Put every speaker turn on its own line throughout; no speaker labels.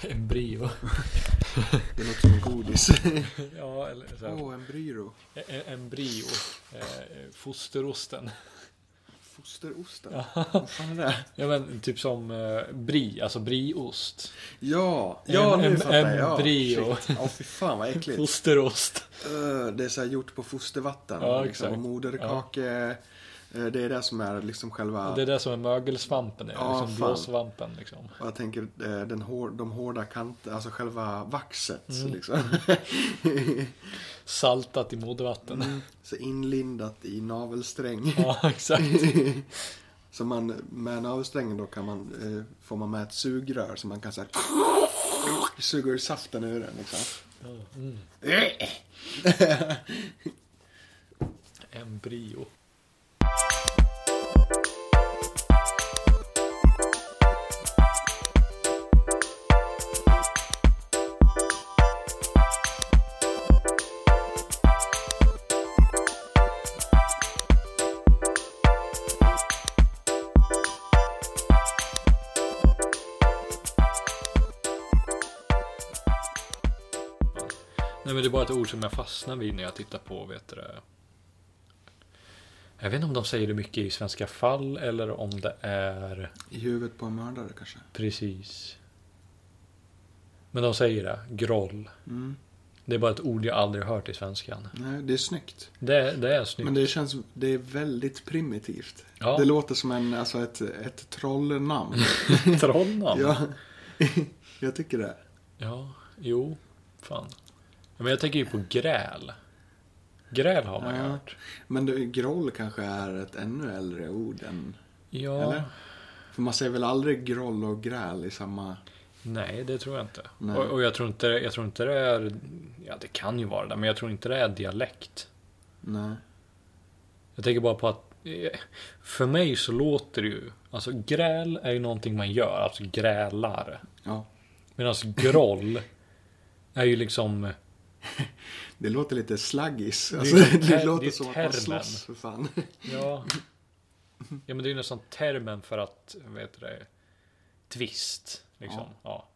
Embryo.
Det låter som en godis.
ja, eller så
Åh,
här,
en bryro.
e- e- embryo. Eh, fosterosten.
Fosterosten. Vad fan är det?
Ja, men typ som eh, bri, alltså brieost.
Ja, ja
Em-
nu
em-
fattar jag.
embryo.
Shit. Ja, fy fan vad äckligt.
Fosterost.
Eh, Det är så här gjort på fostervatten.
Ja,
liksom,
exakt.
och moderkake. eh, Det är det som är liksom själva...
Det är det som är mögelsvampen, är,
Ja,
liksom
fan.
blåsvampen. Liksom.
Och jag tänker eh, den hår, de hårda kanterna, alltså själva vaxet.
Mm.
Liksom.
Saltat i modervatten.
så inlindat i navelsträng.
Ja, exakt.
så man, med navelsträngen då kan man, eh, får man med ett sugrör så man kan så här, suga ur saften ur den. Liksom.
Mm. Embryo. Nej men det är bara ett ord som jag fastnar vid när jag tittar på, vet du det? Jag vet inte om de säger det mycket i svenska fall eller om det är
I huvudet på en mördare kanske.
precis. Men de säger det, groll.
Mm.
Det är bara ett ord jag aldrig har hört i svenskan.
Nej, det är snyggt.
Det, det är snyggt.
Men det känns, det är väldigt primitivt.
ja,
Det låter som en, alltså ett, ett trollnamn.
Trondheim.
Ja. jag tycker det.
Ja, jo, fan. Ja, Men jag tänker ju på gräl. Gräl har man ju
Ja.
hört.
Men det, groll kanske är ett ännu äldre ord än...
Ja,
Eller? För man säger väl aldrig groll och gräl i samma...
nej det tror jag inte.
Nej.
Och, och jag, tror inte, jag tror inte det är, ja det kan ju vara det, men jag tror inte det är dialekt.
Nej.
Jag tänker bara på att, eh, för mig så låter det ju, alltså gräl är ju någonting man gör, alltså grälar.
Ja.
Medan groll är ju liksom,
Det låter lite slaggis.
är
Alltså,
ju
det,
ter- det är
låter
ju
som att
termen.
man slåss för fan.
ja. Ja men det är ju nästan termen för att, vad heter det, tvist. Liksom.
Ja.
Ja.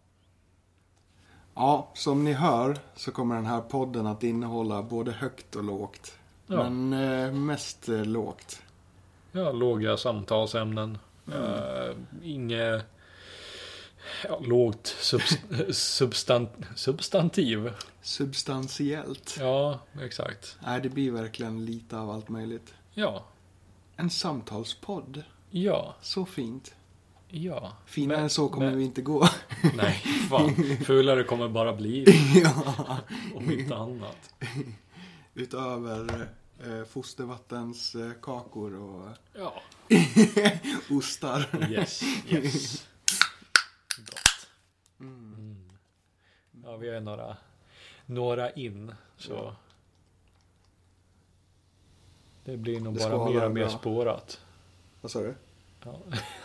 Ja, som ni hör så kommer den här podden att innehålla både högt och lågt.
Ja.
Men eh, mest eh, lågt.
Ja, låga samtalsämnen. Eh, inget ja, lågt subs- substan- substantiv.
Substantiellt.
Ja, exakt.
Nej, det blir verkligen lite av allt möjligt.
Ja,
En samtalspodd.
ja,
Så fint.
ja.
Finare
Men-
än så kommer
men-
vi inte gå.
Nej, fan. Fulare kommer bara bli
ja.
om inte annat.
Utöver eh, fostervattens eh, kakor och
Ja,
ostar.
yes, yes. Gott. Mm. Ja, vi har ju några, några in. Så. Det blir nog
Det
bara
skalar
mer och mer
bra.
spårat.
Vad sa du?
Ja,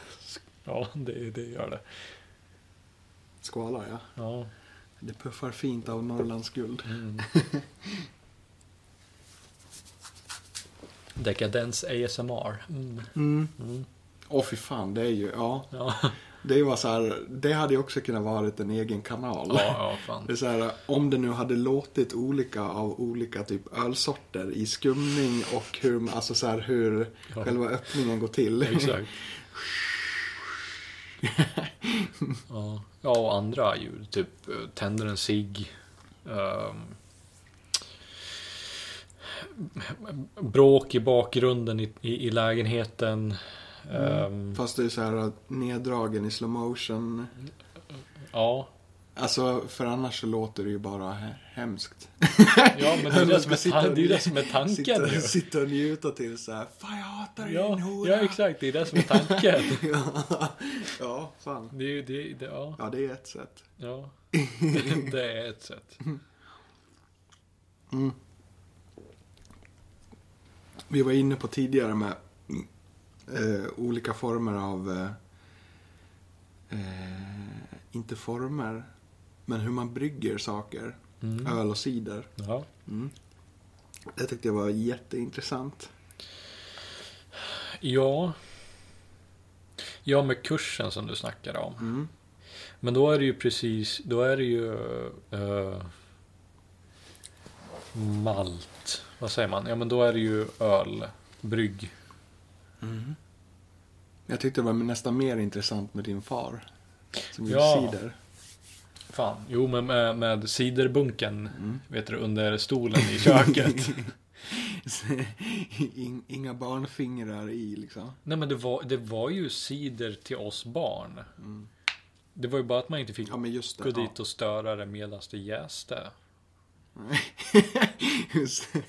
ja det, det gör det.
Skvalar, ja.
Ja.
Det puffar fint av Norrlands guld.
Dekadens ASMR. Mm.
Mm.
Mm.
Åh, fy fan, det är ju, ja.
Ja.
Det var så här, det hade ju också kunnat vara en egen kanal.
ja, ja, fan.
Det är så här, om det nu hade låtit olika av olika typ ölsorter i skumning och hur, alltså så här, hur
Ja.
själva öppningen går till.
Exakt. Ja. ja, och andra ljud. Typ eh, tänder en cigg. ehm, bråk i bakgrunden i, i, i lägenheten. ehm,
Fast det är så här neddragen i slow motion.
ja.
Alltså, för annars så låter det ju bara he- hemskt.
ja, men det är ju det som är, ta- det är, ju det som är tanken
Sitta,
ju.
sitta och njuta till så här, fan jag hatar dig din
Ja,
hora.
ja, exakt. Det är det som är tanken.
ja, ja, fan.
Det är ju det, det ja.
Ja, det är ett sätt.
ja. Det, det är ett sätt.
Vi var inne på tidigare med eh, olika former av... Eh, eh, inte former, men hur man brygger saker.
Mm.
Öl och cider.
Ja.
Mm. Det tyckte jag var jätteintressant.
ja. Ja, med kursen som du snackade om.
Mm.
Men då är det ju precis, då är det ju eh, malt. Vad säger man? Ja men då är det ju ölbrygg.
Jag tyckte det var nästan mer intressant med din far. Som
Ja.
gjorde cider.
Fan, jo men med, med ciderbunken,
Mm.
vet du, under stolen i köket.
In, inga barnfingrar i liksom.
Nej men det var, det var ju cider till oss barn. Det var ju bara att man inte fick
Mm. Ja men just det.
gå dit och störa det medan det jäste.
Ja. Just det.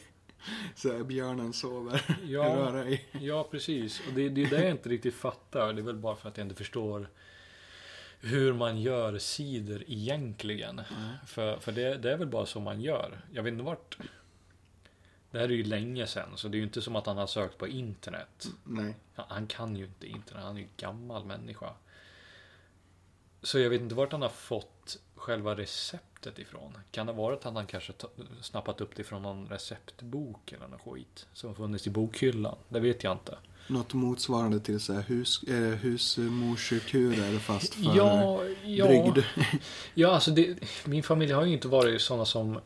Så här, björnen sover.
Ja.
Rör dig.
Ja, precis. Och det, det är det jag inte riktigt fattar. Det är väl bara för att jag inte förstår hur man gör cider egentligen. För, för det, det är väl bara så man gör. Jag vet inte vart... Det här är ju länge sedan, så det är ju inte som att han har sökt på internet.
Nej.
Han, han kan ju inte internet, han är ju en gammal människa. Så jag vet inte vart han har fått själva receptet ifrån. Kan det ha varit att han kanske ta- snappat upp det från någon receptbok eller något skit? Som funnits i bokhyllan? Det vet jag inte.
Något motsvarande till så här hus, eh, husmorsekurer fast för ja,
Ja, ja.
brygd.
Ja, alltså det, min familj har ju inte varit sådana som...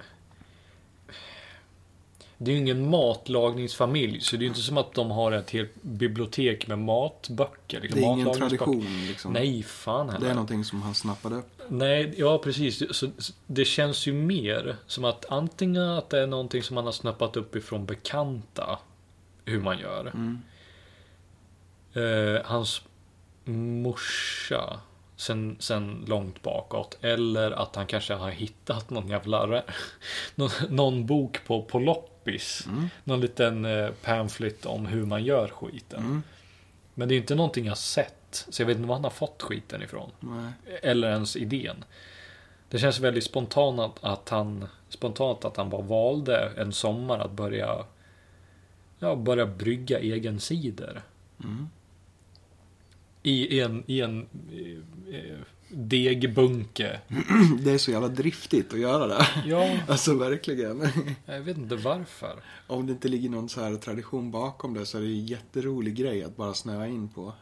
Det är ju ingen matlagningsfamilj, så det är ju inte som att de har ett helt bibliotek med matböcker. liksom
Det är ingen
matlagningsböcker.
tradition liksom.
Nej, fan heller.
Det är någonting som han snappade upp.
Nej, ja precis. Så, så det känns ju mer som att antingen att det är någonting som man har snappat upp ifrån bekanta hur man gör.
Mm,
Eh, hans morsa sen, sen långt bakåt. Eller att han kanske har hittat någon jävla re- någon, någon bok på, på loppis.
mm,
Någon liten eh, pamphlet om hur man gör skiten.
Mm.
Men det är inte någonting jag har sett. Så jag vet inte var han har fått skiten ifrån
Nej.
eller ens idén. Det känns väldigt spontant att, att han spontant att han bara valde en sommar att börja ja, börja brygga egen cider.
mm.
I, i en, i en eh, eh, degbunke.
Det är så jävla driftigt att göra det.
Ja,
Alltså verkligen.
jag vet inte varför.
Om det inte ligger någon så här tradition bakom det så är det ju en jätterolig grej att bara snöa in på.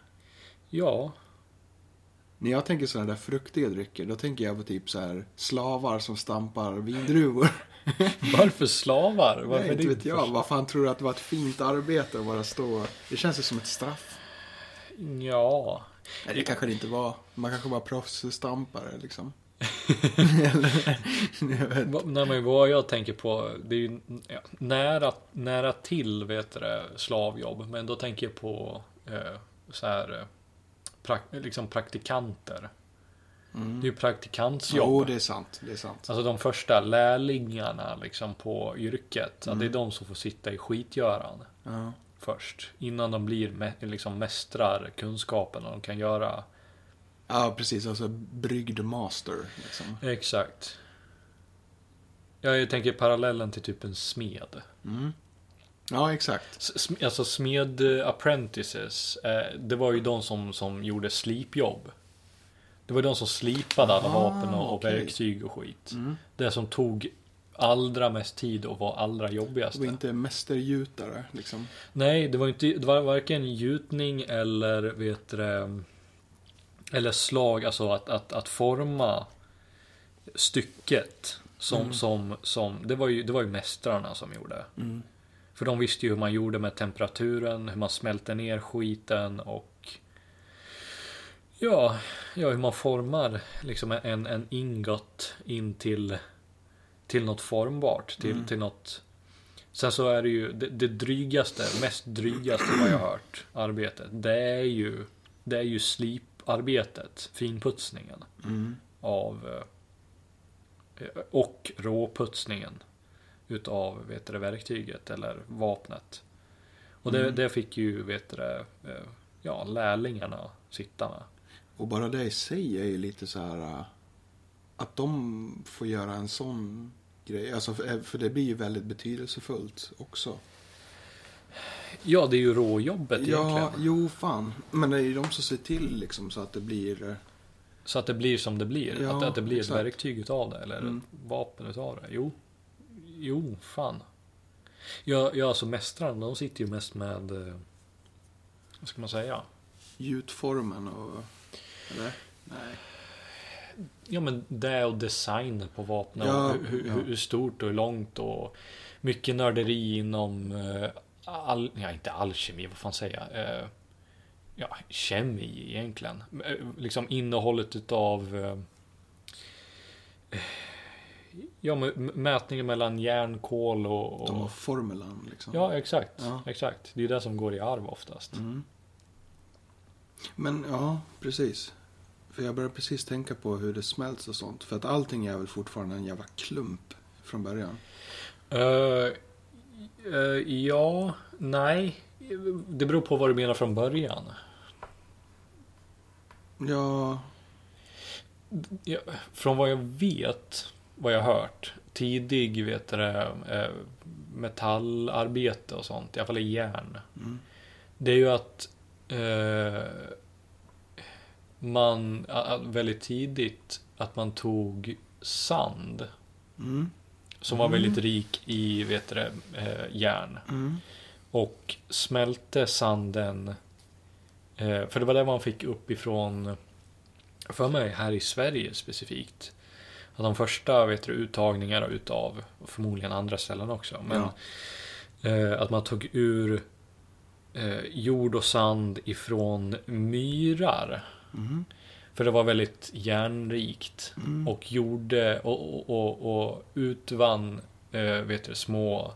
Ja,
När jag tänker sådana där fruktiga drycker, då tänker jag på typ så här slavar som stampar vindruvor.
varför slavar? Varför
Nej, inte
det
vet jag.
först-
Vad fan tror du att det var ett fint arbete att bara stå... Det känns ju som ett straff.
Ja,
Nej, det kanske det inte var. Man kanske var proffsstampare liksom. Eller, jag vet.
Va- Nej, men vad jag tänker på, det är ju ja, nära, nära till vet du det, slavjobb, men då tänker jag på eh, så här, eh, prak, liksom praktikanter. Det är ju praktikantsjobb.
Mm. Jo, det är sant. Det är sant.
Alltså de första lärlingarna liksom på yrket, att det
Mm.
är de som får sitta i skitgöran
Ja.
först. Innan de blir mä- liksom mästrar kunskapen och de kan göra
ja, precis. Alltså bryggd master. Liksom.
Exakt. Ja, Jag tänker parallellen till typ en smed.
Mm. Ja, exakt.
S- sm- Alltså smed eh, apprentices, eh, det var ju de som, som gjorde slipjobb. Det var de som slipade alla
Ah,
vapen och, och
okej. Mm.
verktyg och skit. Det som tog allra mest tid och var allra
Det
jobbigast.
var inte mästergjutare liksom.
Nej, det var, inte, det var varken gjutning eller vet du det, eller slag, alltså att, att, att forma stycket. Som, som, som, det, var ju, det var ju mästrarna som gjorde.
Mm.
För de visste ju hur man gjorde med temperaturen, hur man smälte ner skiten och ja, ja hur man formar liksom en, en ingot in till, till något formbart, till, till något Sen så är det ju det, det drygaste, mest drygaste vad jag har hört arbetet. Det är ju, det är ju sliparbetet, finputsningen
Mm.
av eh, och råputsningen utav vet du, det, verktyget eller vapnet. Och
Mm.
det, det fick ju vet du, det, eh, ja, lärlingarna sitta med.
Och bara det i sig är ju lite så här äh, att de får göra en sån grej. Alltså, för, för det blir ju väldigt betydelsefullt också.
Ja, det är ju råjobbet
Ja,
egentligen.
jo fan. Men det är ju de som ser till liksom så att det blir... eh,
Så att det blir som det blir.
Ja,
att, att det blir
exakt. Mm.
ett verktyg utav det eller ett vapen utav det. Jo, jo fan. Ja, ja alltså mästrarna de sitter ju mest med, eh, vad ska man säga?
Gjutformen och... Eller? Nej.
ja, men det och design på vapnen. och
Ja,
hur,
ja.
hur, hur stort och hur långt och mycket nörderi inom eh, all, ja, inte alkemi, vad fan säger jag? Eh, Ja, kemi egentligen. Eh, Liksom innehållet utav eh, Ja, men m- mätningen mellan järn, kol och... och
De har formulan liksom.
Ja, exakt.
Ja.
Exakt. Det är det som går i arv oftast.
Mm. Men ja, precis. För jag började precis tänka på hur det smälts och sånt. För att allting är väl fortfarande en jävla klump från början.
Eh, eh, ja, nej. Det beror på vad du menar från början.
Ja,
Ja, från vad jag vet, vad jag har hört, tidig vet du det, eh, metallarbete och sånt, i alla fall i järn.
Mm.
Det är ju att eh, man a- a- väldigt tidigt att man tog sand
mm,
som var
Mm.
väldigt rik i vet du det, eh, järn.
mm,
Och smälte sanden. Eh, för det var det man fick uppifrån. För mig här i Sverige specifikt. Att de första vet du, uttagningarna utav, och förmodligen andra ställen också. Men eh, att man tog ur eh, jord och sand ifrån myrar.
mm,
För det var väldigt järnrikt.
mm.
Och gjorde och, och, och, och utvann eh, vet du, små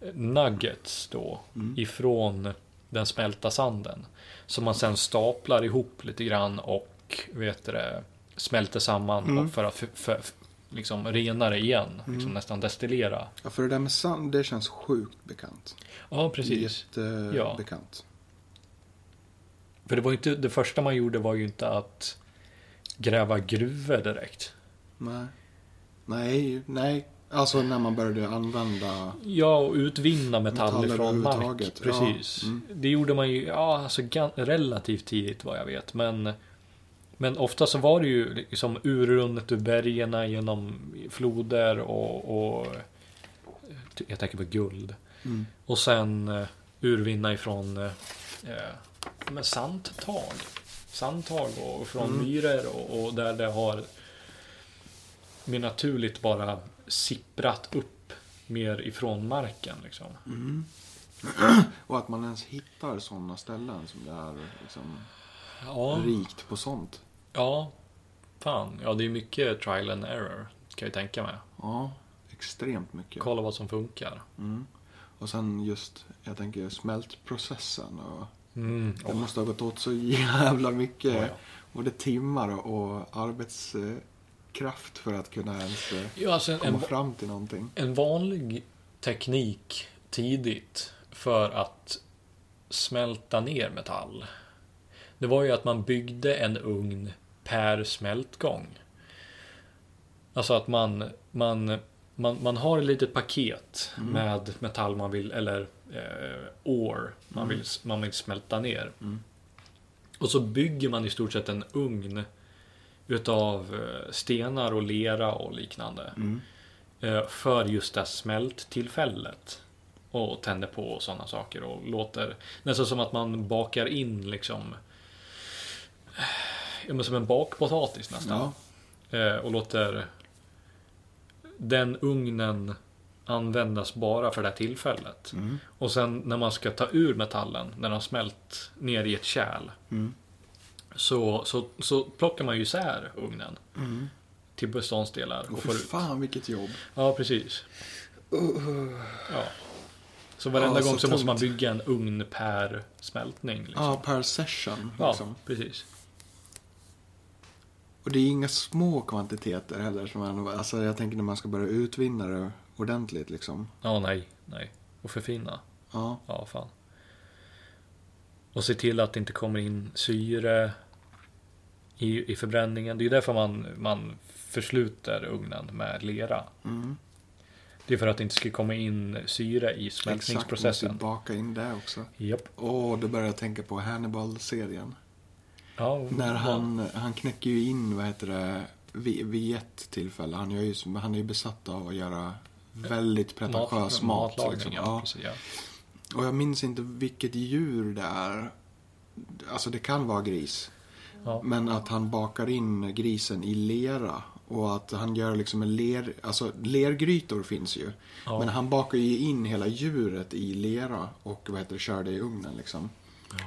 eh, nuggets då
Mm.
ifrån den smälta sanden. Som man sen staplar ihop lite grann och vet du, det, smälter samman
Mm.
och för att för, för, liksom rena det igen. Liksom
Mm.
nästan destillera.
Ja, för det där med sand, det känns sjukt bekant.
Ja, precis. Ja.
Jättebekant.
För det var ju inte, det första man gjorde var ju inte att gräva gruvor direkt.
Nej. Nej, nej. Alltså när man började använda...
Ja, och utvinna metall
Metaller
ifrån mark.
överhuvudtaget, ja.
Precis.
Mm.
Det gjorde man ju ja, alltså, gan- relativt tidigt vad jag vet. Men, men ofta så var det ju liksom urrunnet ur bergen genom floder och, och jag tänker på guld.
Mm.
Och sen eh, urvinna ifrån eh, eh, men sandtag. Sandtag och, och från
Mm.
myror och, och där det har mer naturligt bara sipprat upp mer ifrån marken. Liksom.
Mm. Och att man ens hittar sådana ställen som det är liksom,
Ja,
rikt på sånt.
ja, fan. Ja, det är mycket trial and error kan jag tänka mig.
Ja, extremt mycket.
Kolla vad som funkar.
Mm. Och sen just, jag tänker smältprocessen. Och
Mm.
Det
Oh,
måste ha gått åt så jävla mycket.
ja, ja.
Både timmar och arbetskraft för att kunna ens eh,
Ja, alltså en,
komma
en,
fram till någonting.
En vanlig teknik tidigt för att smälta ner metall. Det var ju att man byggde en ugn per smältgång. Alltså att man, man, man, man har ett litet paket
Mm.
med metall man vill, eller eh, år man, vill, man vill smälta ner.
Mm.
Och så bygger man i stort sett en ugn utav eh, stenar och lera och liknande.
Mm.
Eh, för just det här smälttillfället. Och tänder på och sådana saker och låter nästan som att man bakar in liksom eh, ja, men som en bakpotatis nästan.
Ja.
Eh, Och låter den ugnen användas bara för det här tillfället.
Mm.
Och sen när man ska ta ur metallen, när den har smält ner i ett kärl,
Mm.
så, så, så plockar man ju isär ugnen
Mm.
till beståndsdelar och
Och
får
för
ut.
fan vilket jobb.
Ja, precis. Ja. Så varenda
Uh. Ja, så
gång så måste
tungt.
man bygga en ugn per smältning. Liksom.
Ja, per session.
ja,
Liksom.
precis.
Och det är inga små kvantiteter heller. Som man, alltså jag tänker när man ska börja utvinna det ordentligt. Liksom.
Ja, nej, nej. Och förfina.
Ja.
Ja, fan. Och se till att det inte kommer in syre i, i förbränningen. Det är ju därför man, man försluter ugnen med lera.
Mm.
Det är för att det inte ska komma in syre i
Exakt, måste ju
smältningsprocessen.
baka in det också.
Japp.
Åh, då börjar jag tänka på Hannibal-serien.
Ja,
När han, han knäcker ju in, vad heter det, vid, vid ett tillfälle. Han, gör ju, som- han är ju besatt av att göra väldigt pretentiös mat.
matlagning,
liksom.
ja,
ja.
precis, ja.
Och jag minns inte vilket djur det är. Alltså det kan vara gris.
Ja.
Men att han bakar in grisen i lera. Och att han gör liksom en ler... Alltså lergrytor finns ju.
Ja.
Men han bakar ju in hela djuret i lera och vad heter det, kör det i ugnen liksom.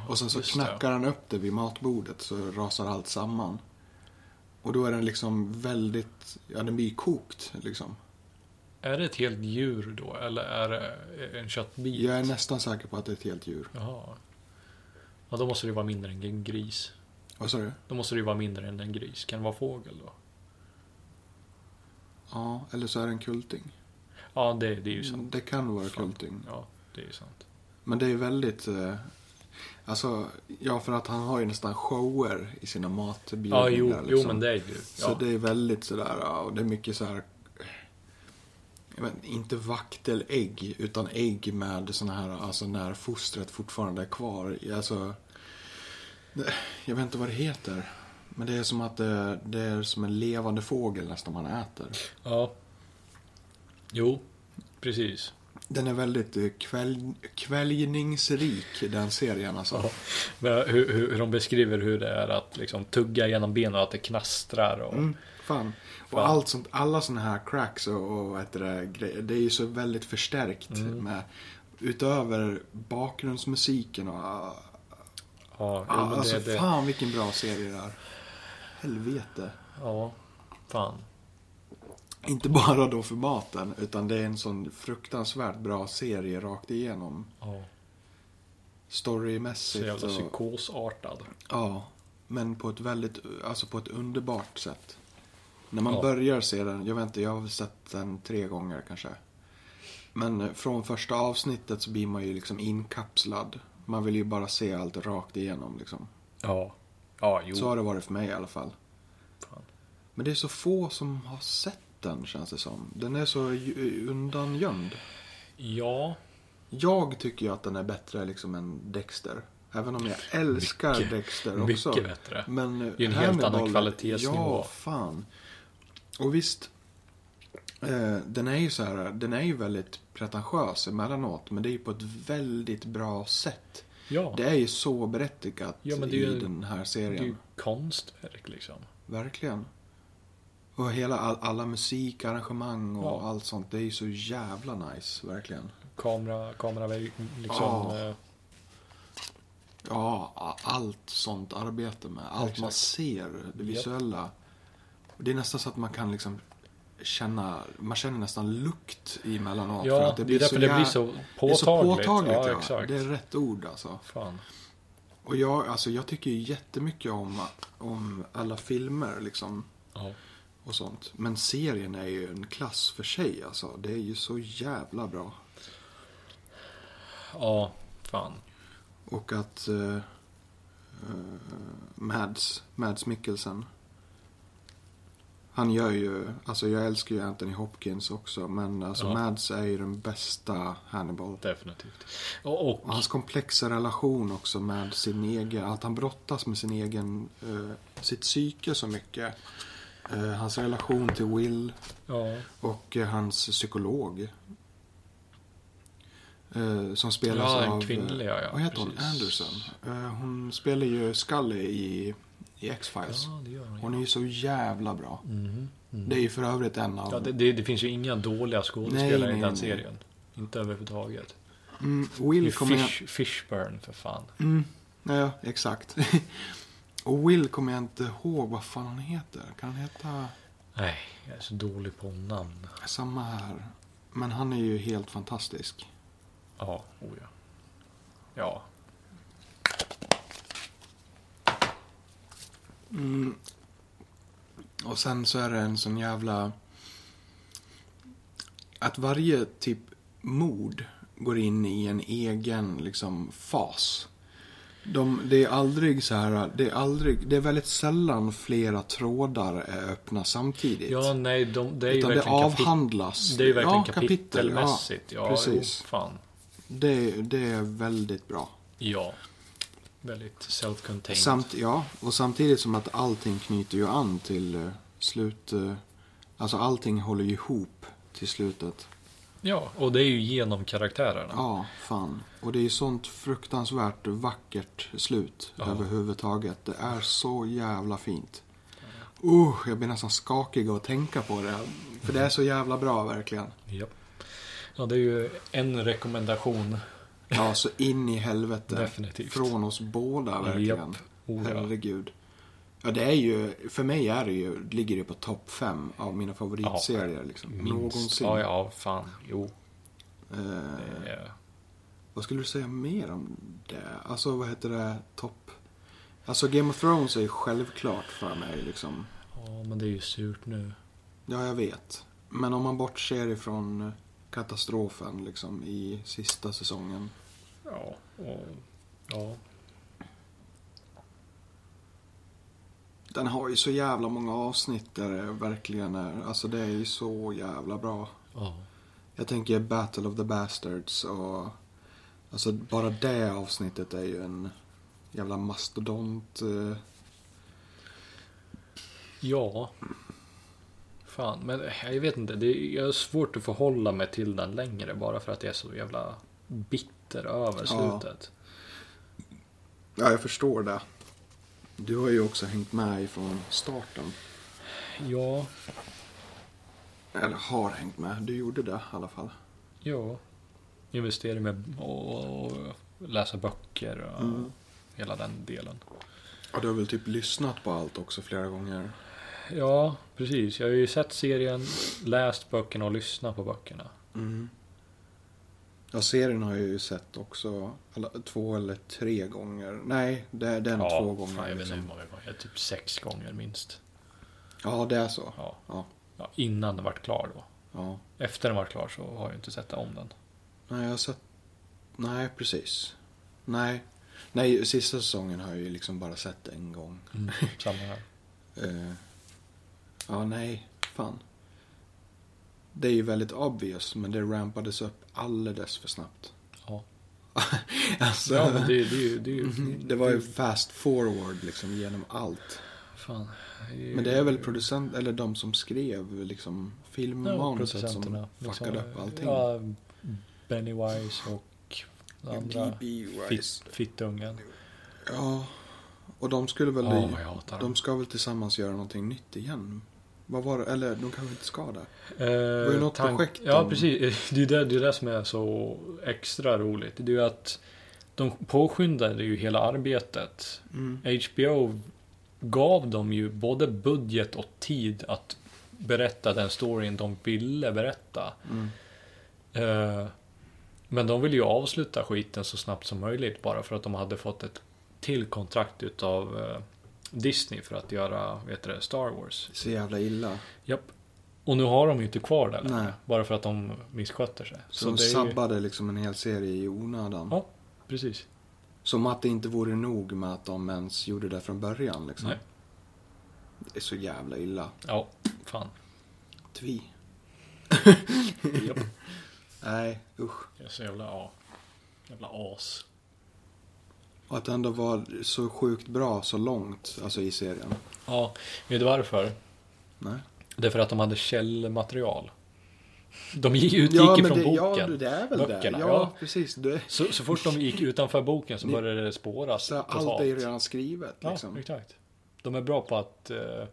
och sen så
just
knackar han upp det vid matbordet så rasar allt samman. Och då är den liksom väldigt... Ja, den blir ju kokt liksom.
Är det ett helt djur då? Eller är det en köttbit?
Jag är nästan säker på att det är ett helt djur.
Jaha. Ja, då måste det ju vara mindre än en gris.
Vad sa du?
Då måste det ju vara mindre än en gris. Kan det vara fågel då?
Ja, eller så är det en kulting.
Ja, det, det är ju sant.
Mm, Det kan vara
Fan.
kulting.
Ja, det är ju sant.
Men det är ju väldigt... Eh, alltså, ja för att han har ju nästan shower i sina matbjudningar.
Ja, jo,
liksom.
jo men det är ju...
Så
Ja.
det är väldigt sådär, ja, och det är mycket så här... Jag vet, inte vaktelägg, utan ägg med såna här, alltså när fostret fortfarande är kvar. Alltså, det- jag vet inte vad det heter. Men det är som att det, det är som en levande fågel nästan man äter.
ja. Jo, precis.
Den är väldigt eh, kväll, kväljningsrik, den serien alltså.
Ja. Men hur, hur, hur de beskriver hur det är att liksom tugga genom benen och att det knastrar. Och,
Mm, fan.
Fan.
Och allt sånt, alla såna här cracks och, och vad heter det, grejer, det är ju så väldigt förstärkt
Mm.
med utöver bakgrundsmusiken och... ah,
ja, jo, men det,
alltså
det,
fan vilken bra serie det är. Helvete.
Ja, fan.
Inte bara då för maten, utan det är en sån fruktansvärt bra serie rakt igenom.
Ja, så
Storymässigt
jävla
och...
psykosartad.
Ja. Men på ett väldigt, alltså på ett underbart sätt. När man
Ja.
börjar se den, jag vet inte, jag har väl sett den tre gånger kanske. Men eh, från första avsnittet så blir man ju liksom inkapslad. Man vill ju bara se allt rakt igenom liksom.
Ja. Ja, jo.
Så har det varit för mig i alla fall.
Fan.
Men det är så få som har sett den känns det som. Den är så ju- undangömd.
Ja.
Jag tycker ju att den är bättre liksom än Dexter. Även om jag älskar
Mycket,
Dexter också.
Mycket bättre.
Men
Det är en helt annan kvalitetsnivå.
Ja, fan. Och visst. Eh, den är ju så här, den är ju väldigt pretentiös emellanåt. Men det är ju på ett väldigt bra sätt.
Ja,
Det är ju så berättigat
Ja, men det är
i
ju-
den här
det är
serien.
ju konstverk liksom.
Verkligen. Och hela, all, alla musikarrangemang och
Ja.
allt sånt. Det är ju så jävla nice, verkligen.
Kamera, kamera liksom.
Ja.
eh,
Ja, a- allt sånt arbete med. Allt man
Exakt.
ser, det
Japp.
visuella. Och Det är nästan så att man kan liksom känna, man känner nästan lukt emellanåt.
Ja,
att
det, är därför det
jä-
blir så
det är
påtagligt.
så påtagligt.
ja,
Ja,
exakt.
Det är rätt ord alltså.
Fan.
Och jag, alltså, jag tycker ju jättemycket om, om alla filmer liksom.
Ja.
och sånt. Men serien är ju en klass för sig alltså. Det är ju så jävla bra.
ja, fan.
Och att eh, eh, Mads, Mads Mikkelsen. Han gör ju, alltså jag älskar ju Anthony Hopkins också. Men alltså
Ja.
Mads är ju den bästa Hannibal.
Definitivt. Och, och
Och hans komplexa relation också med sin egen, att han brottas med sin egen, eh, sitt psyke så mycket. Eh, hans relation till Will.
ja,
Och eh, hans psykolog. Eh, som spelas
Ja, en
av...
kvinnlig, ja, ja,
Vad heter hon?
precis.
Anderson. Eh, hon spelar ju Scully i, i X-Files.
ja, det gör han.
Hon är ju så jävla bra.
Mhm, mhm.
Det är ju för övrigt en av...
Ja, det, det, det finns ju inga dåliga skådespelare
Nej, nej,
i den
nej.
serien. Inte överhuvudtaget.
mm,
Det är ju
Will kommer jag...
Fish, Fishburn för fan.
Mm, ja, ja, exakt. Och Will kommer jag inte ihåg vad fan han heter. Kan han heta...
Nej, jag är så dålig på namn.
Samma här. Men han är ju helt fantastisk.
Ja, oh ja. Ja,
Mm. Och sen så är det en sån jävla... Att varje typ mord går in i en egen liksom fas. De, det är aldrig så här, det är aldrig, det är väldigt sällan flera trådar är öppna samtidigt.
ja nej, de, det är ju
Utan det
verkligen kapitel.
avhandlas.
Det är ju verkligen
ja, kapitel,
kapitelmässigt. Ja,
Ja, precis.
Jo, fan.
Det, det är väldigt bra.
Ja. Väldigt self-contained.
Samt, ja, och samtidigt som att allting knyter ju an till eh, slut... eh, Alltså allting håller ju ihop till slutet.
Ja, och det är ju genom karaktärerna.
Ja, fan. Och det är ju sånt fruktansvärt vackert slut
Ja.
överhuvudtaget. Det är så jävla fint. Uh, jag blir nästan skakig av att tänka på det. För det är så jävla bra verkligen.
Ja. ja, det är ju en rekommendation
Ja, så in i helvete.
Definitivt.
Från oss båda verkligen.
Japp. Oh, ja.
Herregud. Ja, det är ju, för mig är det ju, ligger det på topp fem av mina favoritserier. liksom.
minst.
Någonsin.
Ja, ja, fan. Jo.
Eh,
det är-
Vad skulle du säga mer om det? Alltså vad heter det? Topp? Alltså Game of Thrones är ju självklart för mig liksom.
Ja, men det är ju surt nu.
Ja, jag vet. Men om man bortser ifrån katastrofen liksom i sista säsongen.
Ja, och, ja.
Den har ju så jävla många avsnitt där det verkligen är. Alltså det är ju så jävla bra.
ja.
Jag tänker Battle of the Bastards och... Alltså bara det avsnittet är ju en jävla mastodont. eh,
Ja. Fan, men eh, jag vet inte. Det är, jag har svårt att förhålla mig till den längre bara för att jag är så jävla bitter över
Ja.
slutet.
Ja, jag förstår det. Du har ju också hängt med ifrån starten.
Ja,
Eller har hängt med. Du gjorde det i alla fall.
ja. Investera med och, och läsa böcker och
Mm.
hela den delen.
Och du har väl typ lyssnat på allt också flera gånger?
Ja, precis. Jag har ju sett serien, läst böckerna och lyssnat på böckerna.
Mm. Ja, serien har jag ju sett också. Alla, två eller tre gånger. Nej, det är den två gånger.
Fan, jag vet inte hur
liksom.
många gånger. Typ sex gånger minst.
Ja, det är så.
Ja.
Ja.
Ja, innan den vart klar då.
Ja.
Efter den vart klar så har jag ju inte sett om den.
Nej, jag har sett... Nej, precis. Nej. Nej, sista säsongen har jag ju liksom bara sett en gång.
Mm. Samma här.
Eh, ja, nej. Fan. Det är ju väldigt obvious, men det rampades upp alldeles för snabbt.
Ja.
alltså,
Ja, men
det...
det, det, är ju- det, är ju-
Mhm. var ju fast forward liksom genom allt.
Fan.
Men det är väl producent eller de som skrev liksom filmmanuset som
producenterna,
fuckade
liksom,
upp allting.
Ja, Benny Wise och den andra
D.B.
fitt,
Rice.
fittungen.
Ja, och de skulle väl...
Ja, vad jag hatar dem.
de ska väl tillsammans göra någonting nytt igen? Vad var det? Eller de kanske inte ska det.
Eh,
var ju något projekt
Ja,
om-
precis. Det är det, det är det som är så extra roligt. Det är ju att de påskyndade ju hela arbetet.
Mm.
HBO gav dem ju både budget och tid att berätta den storyn de ville berätta.
Mm.
Eh, Men de ville ju avsluta skiten så snabbt som möjligt bara för att de hade fått ett till kontrakt utav eh, Disney för att göra vet du, det, Star Wars.
Så jävla illa.
Japp. Och nu har de ju inte kvar det
Nej.
längre, bara för att de missköter sig.
Så, de
det är ju-
sabbade liksom en hel serie i onödan.
Ja, precis.
Som att det inte vore nog med att de ens gjorde det från början liksom.
Nej.
Det är så jävla illa.
Ja, fan.
Tvi.
Japp.
Nej, usch.
Jag är så jävla, ja. Jävla as.
Och att det ändå var så sjukt bra så långt, alltså i serien.
Ja, vet du varför?
Nej.
Det är för att de hade källmaterial. De gick- utgick
men
ifrån
det, ja,
boken.
det är väl
Böckerna,
det. Ja,
ja.
precis. Det,
Så, så fort de gick utanför boken så
Ni-
började det spåras
så allt är ju redan skrivet liksom.
Ja, exakt. De är bra på att... Eh,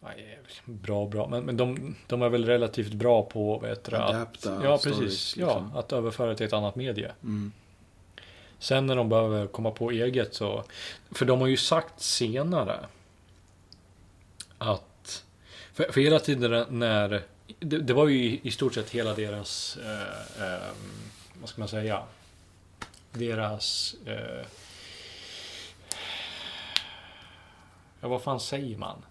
nej, liksom bra, bra. Men, men de, de är väl relativt bra på vet du, att...
Adapta
Ja,
stories,
precis.
liksom.
Ja, att överföra till ett annat medie.
Mm.
Sen när de behöver komma på eget så... För de har ju sagt senare att... För, för hela tiden när... Det, det var ju i, i stort sett hela deras... Eh, eh, vad ska man säga? Deras... Eh, ja, vad fan säger man?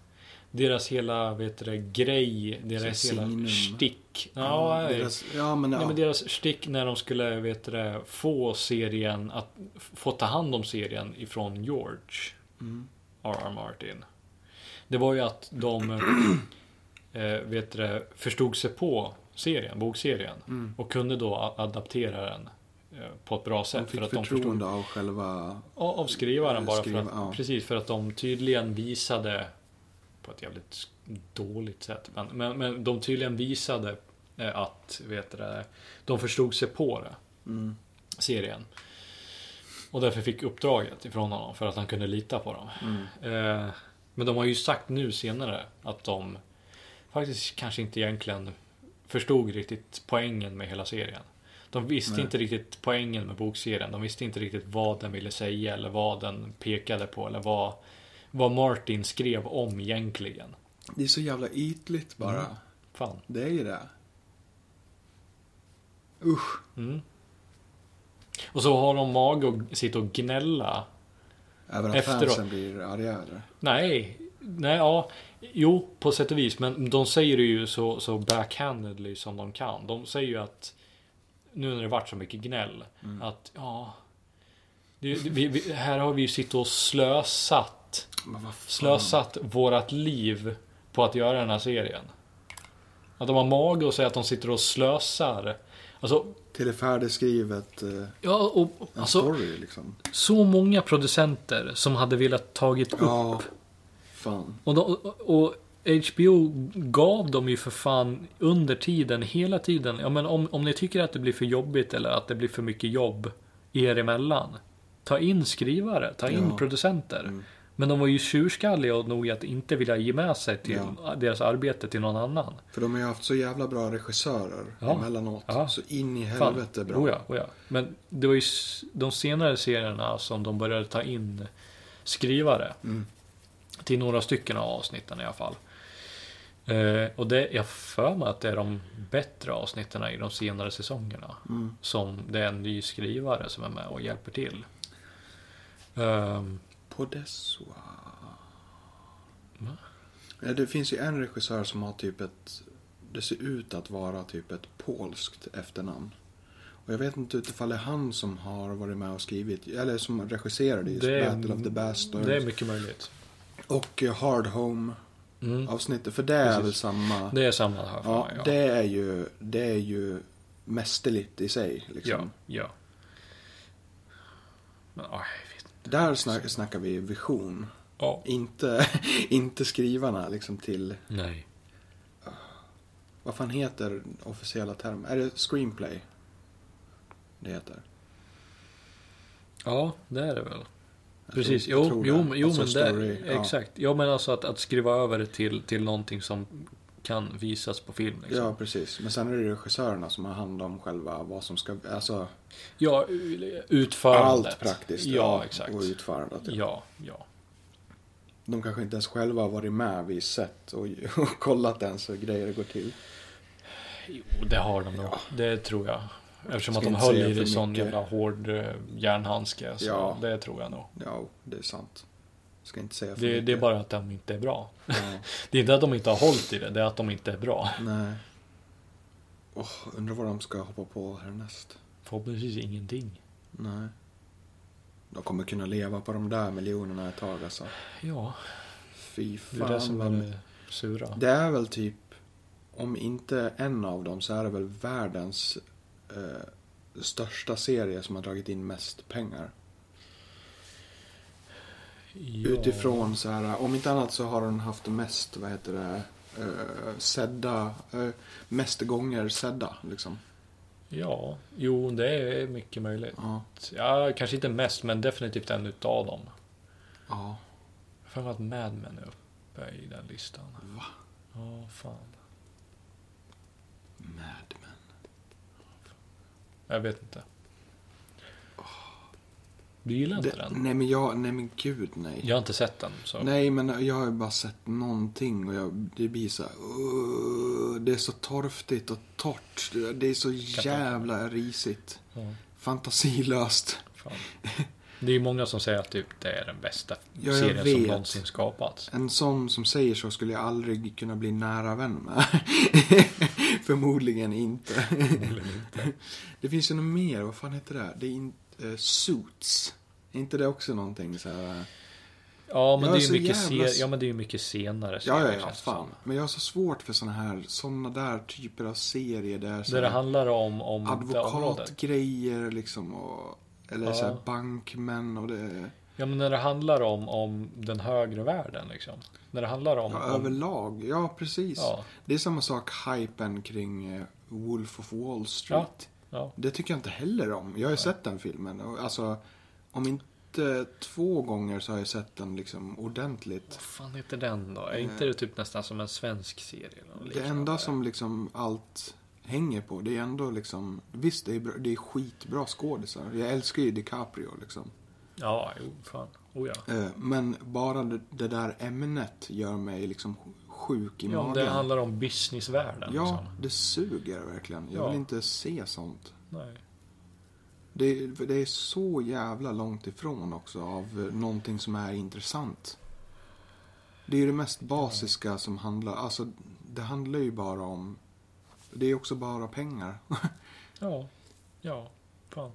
Deras hela vet du, det, grej, deras
Så signum.
hela stick. Ja,
Ja, deras, ja, men, ja.
Nej, men deras stick när de skulle vet du, det, få serien att f- få ta hand om serien ifrån George
Mm.
R.R. Martin. Det var ju att de eh, vet du, det, förstod sig på serien, bokserien
Mm.
och kunde då a- adaptera den eh, på ett bra sätt.
De fick
för att de
förtroende
förstod,
av själva...
Ja, av skrivaren bara.
Skriva,
för att,
ja.
Precis, för att de tydligen visade på ett jävligt dåligt sätt. Men, men, men de tydligen visade eh, att vet du det, de förstod sig på det,
Mm.
serien. Och därför fick uppdraget ifrån honom för att han kunde lita på dem.
Mm.
Eh, Men de har ju sagt nu senare att de faktiskt kanske inte egentligen förstod riktigt poängen med hela serien. De visste
Nej.
inte riktigt poängen med bokserien. De visste inte riktigt vad den ville säga eller vad den pekade på eller vad, vad Martin skrev om egentligen.
Det är så jävla ytligt bara.
Mm. Fan.
Det är ju det. Usch.
Mm. Och så har de mag att sitta och gnälla.
Även att
Efteråt.
fansen blir arga över det.
Nej, nej, ja. Jo, på sätt och vis. Men de säger det ju så, så backhandedly som de kan. De säger ju att nu när det varit så mycket gnäll. Att ja. Det, det- vi, vi, här har vi ju suttit och slösat.
Men vad fan.
Slösat vårat liv på att göra den här serien. Att de har mag att säga att de sitter och slösar. Alltså,
Till det färdigskrivet eh, en
ja, och, alltså
story liksom.
så många producenter som hade velat tagit upp
Ja. Fan.
Och, de, och HBO gav dem ju för fan under tiden, hela tiden. Ja, men om, om ni tycker att det blir för jobbigt eller att det blir för mycket jobb er emellan. Ta in skrivare, ta in
Ja.
producenter.
Mm.
Men de var ju tjurskalliga och nog att inte vilja ge med sig till deras arbete till någon annan.
För de har ju haft så jävla bra regissörer
Ja.
emellanåt.
Ja.
Så in i
Fan.
helvete bra.
Oh ja, oh ja. Men det var ju s- de senare serierna som de började ta in skrivare.
Mm.
Till några stycken av avsnitten i alla fall. Eh, och det, jag för mig att det är de bättre avsnitten i de senare säsongerna.
Mm.
Som det är en ny skrivare som är med och hjälper till. Ehm,
Podeswa.
Va?
Ja, Det finns ju en regissör som har typ ett... Det ser ut att vara typ ett polskt efternamn. Och jag vet inte utifall det är han som har varit med och skrivit, eller som regisserade just
Det är-
Battle of the Bastards.
det är mycket möjligt.
Och eh, Hard Home-avsnittet,
Mm.
för det är
Precis.
väl samma...
Det är samma här för
ja,
mig. ja.
det är ju, det är ju mästerligt i sig.
Ja,
Liksom.
ja. Men, aj, jag vet inte.
Där snack, snackar vi vision.
Ja.
Inte, inte skrivarna liksom till
Nej.
Vad fan heter den officiella term? Är det screenplay? Det heter. Alltså,
Ja, det är det väl.
Jag
Precis,
tror- jag
jo,
tror
jo,
det.
men- jo
Alltså
men det,
story, ja.
exakt. Ja men alltså att, att skriva över det till, till någonting som kan visas på film. Liksom.
Ja, precis. Men sen är det regissörerna som har hand om själva vad som ska... Alltså,
ja, utförandet.
allt praktiskt.
Ja, exakt.
Och utförandet. Ja.
Ja, ja.
De kanske inte ens själva har varit med vid set och, och kollat ens hur grejer går till.
Jo, det har de nog. Det tror jag. Eftersom
Ska
att de
inte
höll
säga
i
för
det sån
mycket.
jävla hård eh, järnhandske. Så
Ja.
det tror jag nog.
Ja, det är sant. Ska inte säga för
Det,
mycket.
det är bara att de inte är bra.
Ja,
Det är inte att de inte har hållit i det, det är att de inte är bra.
nej. Åh, undrar vad de ska hoppa på härnäst.
Förhoppningsvis ingenting.
Nej. De kommer kunna leva på de där miljonerna ett tag alltså.
Ja,
Fy
det är det
fan
som
vad...
är
Det.
det sura.
det är väl typ, om inte en av dem så är det väl världens eh, största serie som har dragit in mest pengar.
Ja.
Utifrån så här, om inte annat så har den haft mest, vad heter det, eh, sedda, eh, mest gånger sedda liksom.
Ja, jo det är mycket möjligt.
Ja.
Ja, kanske inte mest, men definitivt en utav dem.
Ja.
Jag har för mig att Mad Men är uppe i den listan.
Va?
Ja, fan.
Mad Men.
Jag vet inte. Du gillar inte
Det,
den?
nej men jag, nej men gud nej.
Jag har inte sett den, så...
Nej, men jag har ju bara sett någonting och jag, det blir så här, "Åh, Det är så torftigt och torrt. Det är så jävla risigt.
Ja,
Fantasilöst.
fan. Det är ju många som säger att typ, det är den bästa
Ja, jag
serien som
vet.
någonsin skapats.
En sån som säger så skulle jag aldrig kunna bli nära vän med. Förmodligen inte. det finns ju något mer, vad fan heter det? här? Det är in, eh, Suits. Är inte det också någonting så här?
Ja, men det
Jag är
är ju
så
mycket,
jävla-
se... ja, men det är ju mycket senare.
Ja, ja,
serier,
ja,
känns det som.
fan. Men jag har så svårt för såna här, såna där typer av serier där så
Där det
här-
handlar om, om det området.
advokatgrejer liksom och eller
Ja.
så här bankmän och det
Ja men när det handlar om, om den högre världen liksom. När det handlar om...
ja,
om
överlag. Ja, precis.
ja,
Det är samma sak hypen kring eh, Wolf of Wall Street.
Ja. Ja.
Det tycker jag inte heller om. Jag har ju sett den filmen. och Alltså, om inte två gånger så har jag sett den liksom ordentligt.
Vad fan heter den då? Är inte det typ nästan som en svensk serie? Eller något
Eh. Det
liknande?
enda som liksom allt hänger på, det är ändå liksom... Visst, det är, bra, det är skitbra skådisar. Jag älskar ju DiCaprio liksom.
Ja, jo, fan. Oh, ja.
Eh, Men bara det, det där ämnet gör mig liksom sjuk i
ja, om
magen.
det handlar om businessvärlden.
ja,
Liksom.
det suger verkligen. Jag
Ja.
vill inte se sånt.
Nej.
Det, för det är så jävla långt ifrån också av eh, någonting som är intressant. Det är ju det mest basiska som handlar, alltså det handlar ju bara om, det är också bara pengar.
Ja, ja, fan.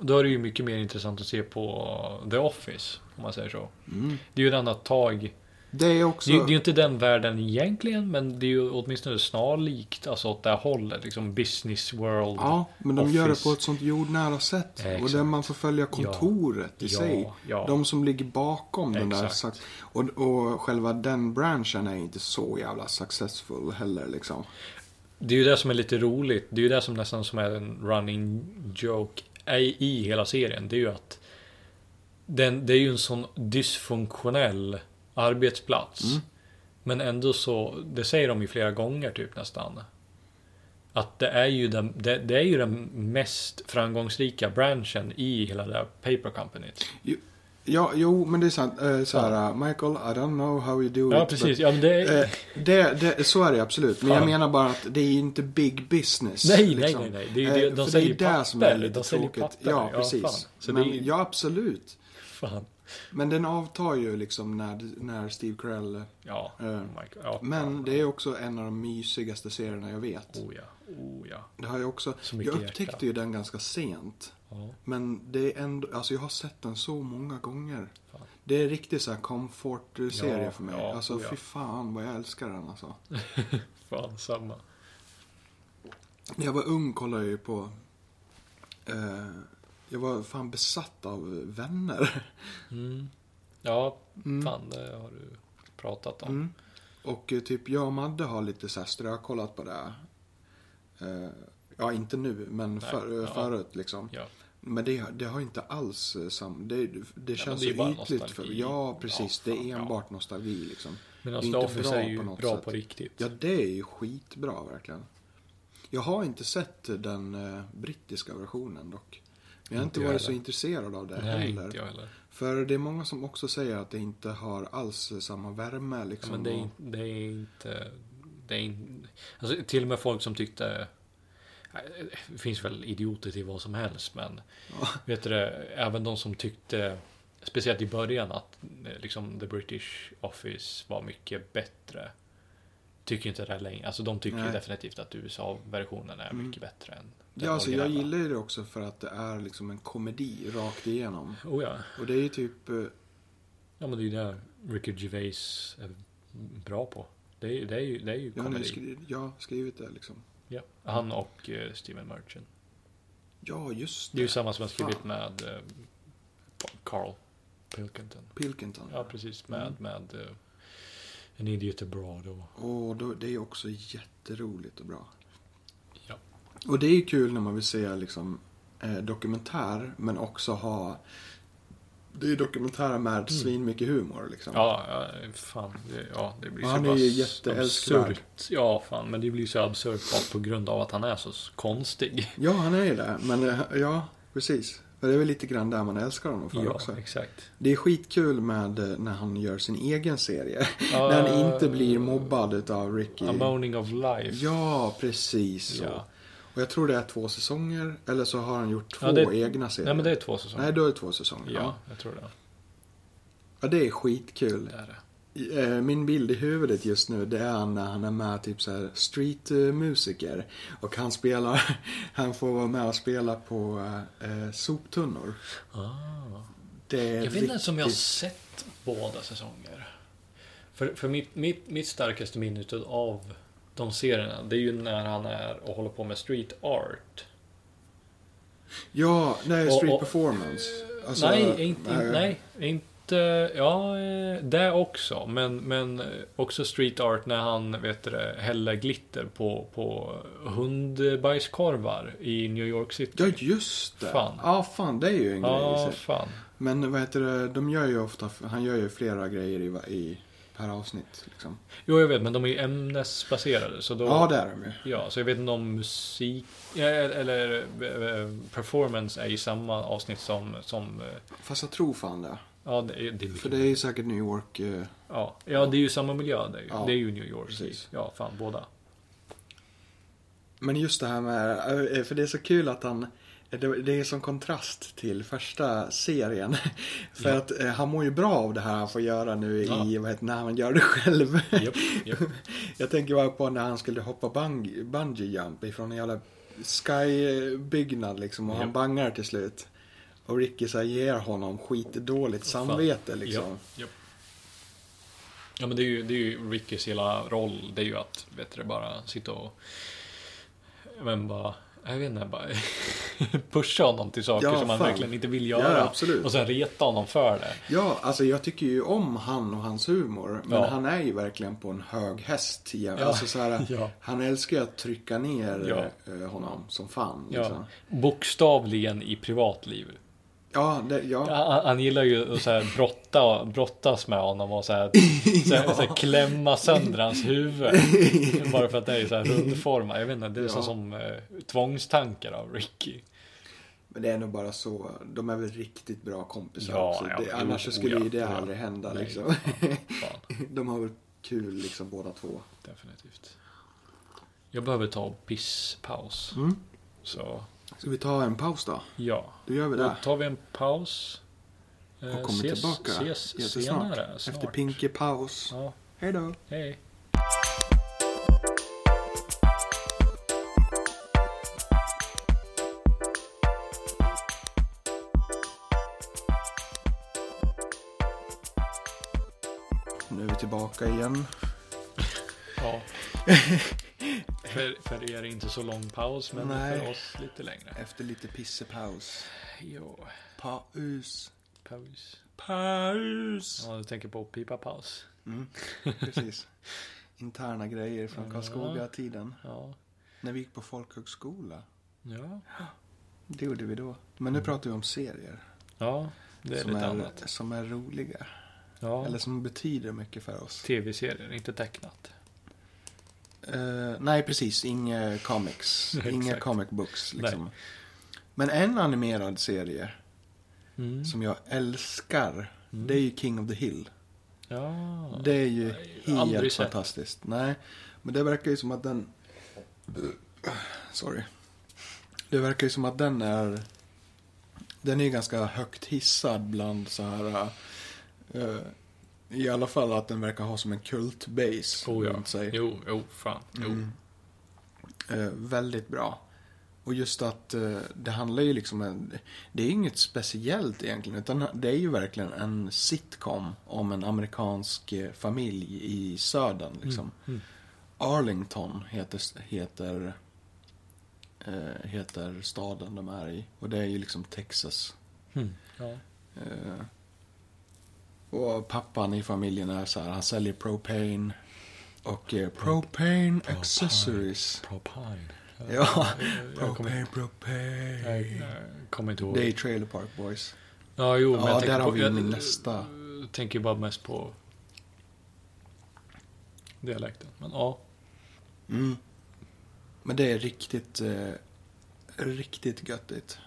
Då är det ju mycket mer intressant att se på uh, The Office, om man säger så.
Mm.
Det är ju ett annat tag.
Det är också,
Det är, det är ju inte den världen egentligen, men det är ju åtminstone snarlikt alltså åt det här hållet. Liksom business world.
ja, men de gör det
Office.
på ett sånt jordnära sätt.
Exakt.
Och där man får följa kontoret i
ja,
sig.
ja.
De som ligger bakom den där.
Exakt.
sak- Och, och själva den branschen är inte så jävla successful heller liksom.
Det är ju det som är lite roligt. Det är ju det som nästan som är en running joke i, i hela serien. Det är ju att den, det är ju en sån dysfunktionell arbetsplats.
Mm.
Men ändå så, det säger de ju flera gånger typ nästan. Att det är ju den, det, det är ju den mest framgångsrika branschen i hela det här paper companyt.
Ja, jo, men det är sant. Eh, så här, eh, Michael, I don't know how you do
Ja
it.
precis, ja men det
but,
är...
eh, det, det, så är det absolut. Men jag
Fan.
menar bara att det är ju inte big business.
Nej, nej, nej, nej. Det är ju det-
Eh,
de
för
säljer
det är
papper,
det som är lite
de säljer
tråkigt.
papper,
Ja,
ja,
precis.
fan. Så det
men,
är ju-
Ja, absolut.
Fan.
Men den avtar ju liksom när, när Steve Carell...
Ja.
Eh,
oh my God. ja
Men det är också en av de mysigaste serierna jag vet.
Oh ja. Oh ja.
Det har jag också...
Så mycket
Jag upptäckte
hjärta.
ju den ganska sent.
ja.
Men det är ändå... Alltså jag har sett den så många gånger.
Fan.
Det är riktigt så här comfort-serie
Ja,
för mig.
ja,
alltså
oh ja.
fy fan vad jag älskar den alltså.
Fan, samma.
När jag var ung kollade jag ju på... Eh, jag var fan besatt av vänner.
Mm. Ja,
Mm.
fan det har du pratat om.
Mm. Och eh, typ jag och Madde har lite så här strökollat på det. Eh, ja, inte nu, men
Nej,
för,
ja.
förut liksom.
Ja.
Men det, det har inte alls eh, sam... Det, det känns
det är bara
så ytligt. För,
nostalgi.
ja, precis.
Ja, fan,
det är
ja.
enbart nostalgi liksom.
Men
Det är
alltså The
inte
Office
bra
är ju
på något
bra
sätt.
på riktigt.
Ja, det är ju skitbra verkligen. Jag har inte sett den eh, brittiska versionen dock. Jag har
Inte
inte
jag
varit så
heller.
intresserad av det
Nej,
heller.
inte jag heller.
För det är många som också säger att det inte har alls eh, samma värme
Ja,
liksom.
men det är,
och-
in- det är inte... Det är in, alltså, till och med folk som tyckte... Nej, Det finns väl idioter till vad som helst, men...
Ja.
Vet du det, även de som tyckte... Speciellt i början att eh, liksom, The British Office var mycket bättre. Tycker inte det här längre. Alltså de tycker ju
Nej. Mm.
definitivt att USA-versionen är mycket bättre än den
Ja, alltså, jag
originella.
gillar ju det också för att det är liksom en komedi rakt igenom.
Oh ja.
Och det är ju typ... eh,
Ja men det är ju det Ricky Gervais är bra på. Det är, det är ju, det är ju
Jag har nu
komedi.
skri- jag har skrivit det liksom.
ja. Han och eh, Steven Merchant.
Ja, just
Det är ju
det.
samma som har skrivit
Fan.
med eh, Carl Pilkington.
Pilkington.
Ja precis, med,
Mm.
med eh, An Idiot Abroad och...
Och då, det är också jätteroligt och bra.
Ja.
Och det är ju kul när man vill se liksom, eh, dokumentär men också ha... Det är ju dokumentärer med svinmycket humor liksom.
Mm. Ja, ja, fan. Det, ja, det blir
Och
så
han är ju
pass
jätteälskvärd.
absurt. Ja, fan. Men det blir så absurt bara på grund av att han är så konstig.
Ja, han är ju det. Men eh, ja, precis. För det är väl lite grann där man älskar honom för
Ja,
också.
exakt.
Det är skitkul med eh, när han gör sin egen serie.
Ja,
när han inte blir mobbad av Ricky.
A Moaning of Life.
Ja, precis så.
Ja.
Och jag tror det är två säsonger. Eller så har han gjort två
Ja, det-
egna serier.
Nej, men det är två säsonger.
Nej, då är det två säsonger.
ja, jag tror det.
ja det är skitkul.
Det är det.
Eh, Min bild i huvudet just nu det är när han är med typ så här street eh, musiker och han spelar, han får vara med och spela på eh, soptunnor.
Ah.
Det är
Jag vet inte ens om jag har
riktigt-
sett båda säsonger. För, för mitt, mitt, mitt starkaste minne utav- av de serierna, det är ju när han är och håller på med street art.
Ja, nej, street
Och- och-
performance. Alltså,
nej, inte,
eh,
nej, inte... eh, ja, eh, det också. Men, men eh, också street art när han vet du det, häller glitter på, på hundbajskorvar i New York City.
Ja, just det.
Fan.
Ja, fan, det är ju en grej i
Ja,
sig.
fan.
Men vad heter det, de gör ju ofta, han gör ju flera grejer i, va- i per avsnitt. Liksom.
Jo, jag vet, men de är ju ämnesbaserade. Så då,
Ja, det är de ju.
Ja, så jag vet inte om musik eh, eller eh, performance är i samma avsnitt som... som eh,
Fast jag tror fan det.
ja, det, är- det är
För
mycket.
det är ju säkert New York. eh,
ja. ja, det är ju samma miljö. Det är ju,
Ja,
det är ju New York.
precis.
Ja, fan, båda.
Men just det här med, eh, för det är så kul att han, det det är som kontrast till första serien. För
Ja.
att eh, han mår ju bra av det här han får göra nu i,
Ja.
vad heter, när han gör det själv.
Japp, japp.
Jag tänker bara på när han skulle hoppa bung, bungee jump ifrån en jävla skybyggnad liksom och han
Ja.
bangar till slut. Och Ricky så här ger honom skitdåligt
Fan.
samvete liksom.
Ja, ja. ja men det är, ju, det är ju Rickys hela roll. Det är ju att, vet du, bara sitta och... Men bara... Jag vet inte, bara pusha honom till saker
Ja,
som han
fan.
verkligen inte vill
Ja,
göra.
absolut.
Och sen reta honom för det.
Ja, alltså jag tycker ju om han och hans humor. Men
Ja.
han är ju verkligen på en hög häst. Ja.
Ja.
Alltså så här,
Ja.
Han älskar ju att trycka ner
Ja.
eh, honom som fan.
Ja.
Liksom.
Bokstavligen i privatliv.
Ja, det, ja.
Han, han gillar ju att så här brotta, brottas med honom och så här, så här, så här klämma sönder hans huvud. Bara för att det är så här rundformat. Jag vet inte, det är
Ja.
så som eh, tvångstankar av Ricky.
Men det är nog bara så. De är väl riktigt bra kompisar
Ja,
också.
ja,
Det,
jo,
annars så skulle
oh ja,
ju det
oh ja.
aldrig hända
Nej,
liksom.
Fan,
De har väl kul liksom båda två.
definitivt. Jag behöver ta en pisspaus.
Mm.
Så,
Ska vi ta en paus då?
ja.
Då gör vi
Då
det.
tar vi en paus. Eh,
Och kommer
ses,
tillbaka
Ses
jättesnart.
senare. Snart.
Efter Pinky paus.
Ja,
Hej då.
hej.
Nu är vi tillbaka igen.
Ja. för, för er inte så lång paus, men
Nej. Eh,
för oss lite längre.
Efter lite pissepaus.
Jo,
Paus.
paus.
Paus.
Ja, du tänker på pipa-paus.
Mm, precis. Interna grejer från
Ja.
Karlskoga-tiden.
Ja.
När vi gick på folkhögskola.
Ja.
Det gjorde vi då. Men nu pratar vi om serier.
Ja, Mm. det är
som,
lite
är,
annat.
som är roliga.
Ja.
Eller som betyder mycket för oss.
Tv-serier, inte tecknat.
Eh, nej, precis. Inga comics.
Nej,
Inga
exakt.
comic books. Liksom. Men en animerad serie
Mm.
som jag älskar. Det är ju King of the Hill.
Ja.
Det är ju
Nej, aldrig
helt
sett.
fantastiskt. Nej, men det verkar ju som att den... Sorry. Det verkar ju som att den är... Den är ju ganska högt hissad bland så här... eh, I alla fall att den verkar ha som en kult-base.
Oh ja.
runt sig.
Jo, jo, fan. Jo.
Mm. Eh, väldigt bra. Och just att eh, det handlar ju liksom en, Det är inget speciellt egentligen. Utan det är ju verkligen en sitcom om en amerikansk eh, familj i södern. Liksom.
mm.
Arlington heter, heter, eh, heter staden de är i. Och det är ju liksom Texas.
Mm. Ja.
Eh, och pappan i familjen är så här, han säljer propane. Och eh, propane accessories.
Propine.
Ja,
Jag kommer,
propane, propane.
jag, jag kommer inte ihåg.
Det är Trailer Park Boys.
Ja, jo, men
Ja,
jag
där
tänker
har
på,
vi
jag,
min nästa.
jag tänker bara mest på dialekten. Men ja.
Mm. Men det är riktigt, eh, riktigt göttigt.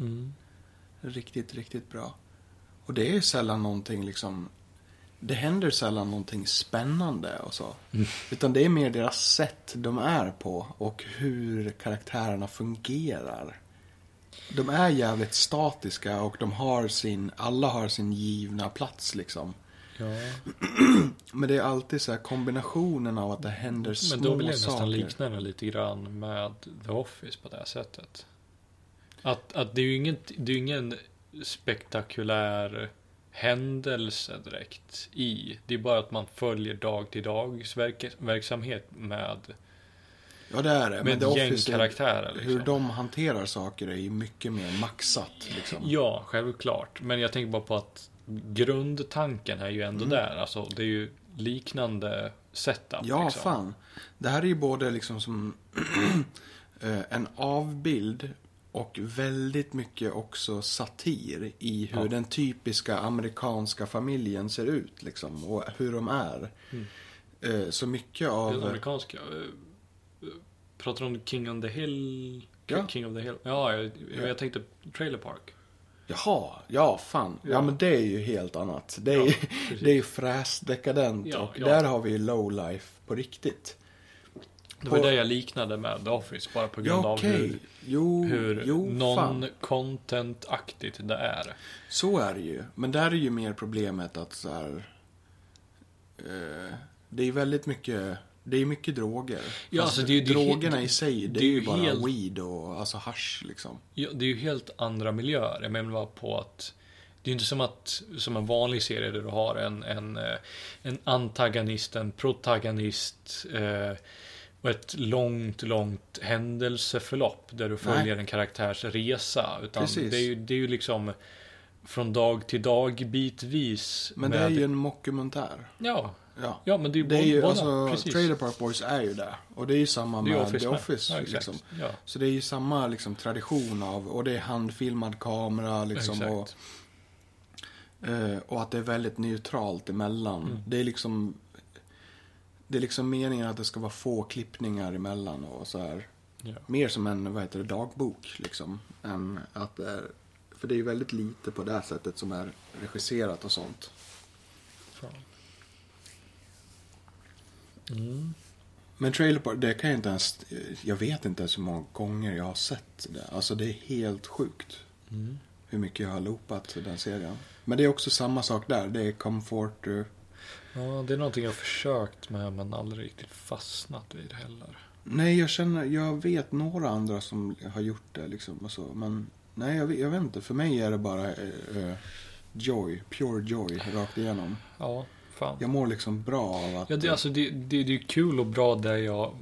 Mm.
Riktigt, riktigt bra. Och det är sällan någonting liksom... Det händer sällan någonting spännande och så.
Mm.
Utan det är mer deras sätt de är på och hur karaktärerna fungerar. De är jävligt statiska och de har sin, alla har sin givna plats liksom.
Ja,
Men det är alltid så här kombinationen av att det händer små
men då vill jag
saker.
nästan likna den lite grann med The Office på det här sättet. Att, att det är ju inget, det är ju ingen spektakulär händelse direkt i. Det är bara att man följer dag till dags verk, verksamhet med,
Ja, det är det.
med
The
ett gäng
Office är-
karaktärer. Liksom.
Hur de hanterar saker är ju mycket mer maxat. Liksom.
Ja, självklart. Men jag tänker bara på att grundtanken är ju
Mm.
ändå där. Alltså, det är ju liknande setup.
Ja,
liksom.
fan. Det här är ju både liksom som eh, en avbild och väldigt mycket också satir i hur
Ja.
den typiska amerikanska familjen ser ut liksom och hur de är.
Mm.
Eh, Så mycket
Den
av...
amerikanska. eh, Pratar du om King on the Hill?
Ja.
King of the Hill? Ja, jag, jag tänkte Trailer Park.
Jaha, ja fan. Ja.
Ja.
men det är ju helt annat. Det är,
Ja,
ju-
precis.
det är ju fräsdekadent
Ja,
och
ja.
där har vi lowlife på riktigt.
Det var
På-
det jag liknade med The Office, bara på grund
ja,
av
okej.
hur,
Jo,
hur
jo, fan.
non-content-aktigt det är.
Så är det ju. Men där är ju mer problemet att så här... Eh, det är väldigt mycket... Det är mycket droger.
Ja,
Fast
alltså, det är ju- det är ju-
drogerna i sig, det, är ju bara
helt-
weed och alltså hasch liksom.
Ja, det är ju helt andra miljöer. Jag menar bara på att det är ju inte som att som en vanlig serie där du har en, en, eh, en antagonist, en protagonist eh, och ett långt, långt händelseförlopp där du följer en karaktärs resa. Utan
Precis.
det är, ju, det är ju liksom från dag till dag bitvis.
Men det är ju en mockumentär.
ja,
Ja.
ja, men det är ju,
Det är ju,
båda.
alltså,
precis.
Trailer Park Boys är ju det. Och det är ju samma
det är
med
ju Office.
The
med.
Office.
ja, exakt.
liksom.
ja,
Så det är ju samma liksom, tradition av, och det är handfilmad kamera liksom.
exakt.
Och, Eh, och att det är väldigt neutralt emellan. Det är liksom Det är liksom meningen att det ska vara få klippningar emellan och så här.
Ja.
Mer som en, vad heter det, dagbok liksom. Än att det är, för det är ju väldigt lite på det här sättet som är regisserat och sånt.
Fan. Mm.
Men Trailer Park, det kan jag inte ens, jag vet inte ens hur många gånger jag har sett det. Alltså det är helt sjukt
Mm.
hur mycket jag har loopat den serien. Men det är också samma sak där, det är comfort. eh,
Ja, det är någonting jag försökt med men aldrig riktigt fastnat vid heller.
Nej, jag känner, jag vet några andra som har gjort det liksom och så. Men nej, jag, vet- jag vet inte. För mig är det bara eh, eh, joy, pure joy rakt igenom.
Ja, fan.
Jag mår liksom bra av att...
Ja, det, alltså, det, det, det är kul och bra det jag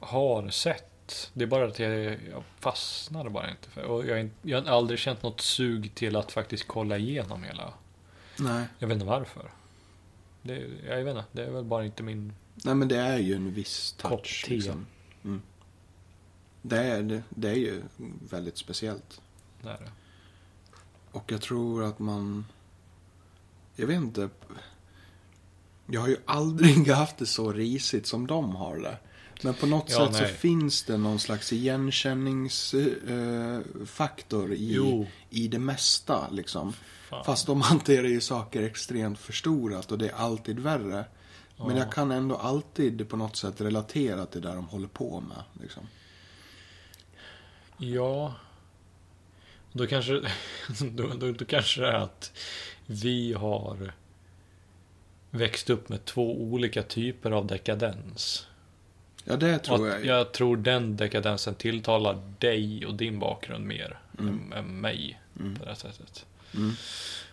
har sett. Det är bara att jag, jag fastnade bara inte för och jag, är inte- jag har aldrig känt något sug till att faktiskt kolla igenom hela.
eh, nej.
Jag vet inte varför. Det, är- jag vet inte, det är väl bara inte min...
nej, men det är ju en viss
Kopp
touch.
te.
Liksom. Mm. Det, är, det, det är ju väldigt speciellt.
Där.
Och jag tror att man... Jag vet inte. Jag har ju aldrig haft det så risigt som de har det. Men på något
Ja,
sätt så
nej.
finns det någon slags igenkänningsfaktor i,
Jo.
i det mesta. Liksom.
Fan.
Fast de hanterar ju saker extremt förstorat och det är alltid värre. Men
Ja.
jag kan ändå alltid på något sätt relatera till det de håller på med. Liksom.
Ja. Då kanske, då, då, då kanske det är att vi har växt upp med två olika typer av dekadens.
Ja, det tror
Och att
jag.
jag tror den dekadensen tilltalar dig och din bakgrund mer än,
Mm.
än mig på det här sättet.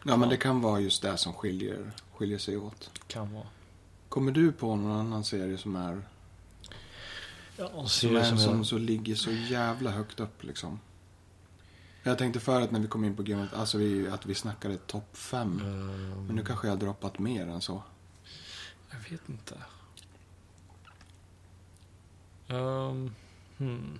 Ja, men det kan vara just det som skiljer, skiljer sig åt.
Kan vara.
Kommer du på någon annan serie som är,
Ja, och
som, är,
ser
som,
som en,
så ligger så jävla högt upp liksom? Jag tänkte förut när vi kom in på Game of, alltså vi, att vi snackade topp fem.
Mm.
Men nu kanske jag har droppat mer än så.
Jag vet inte. Ehm, hmm.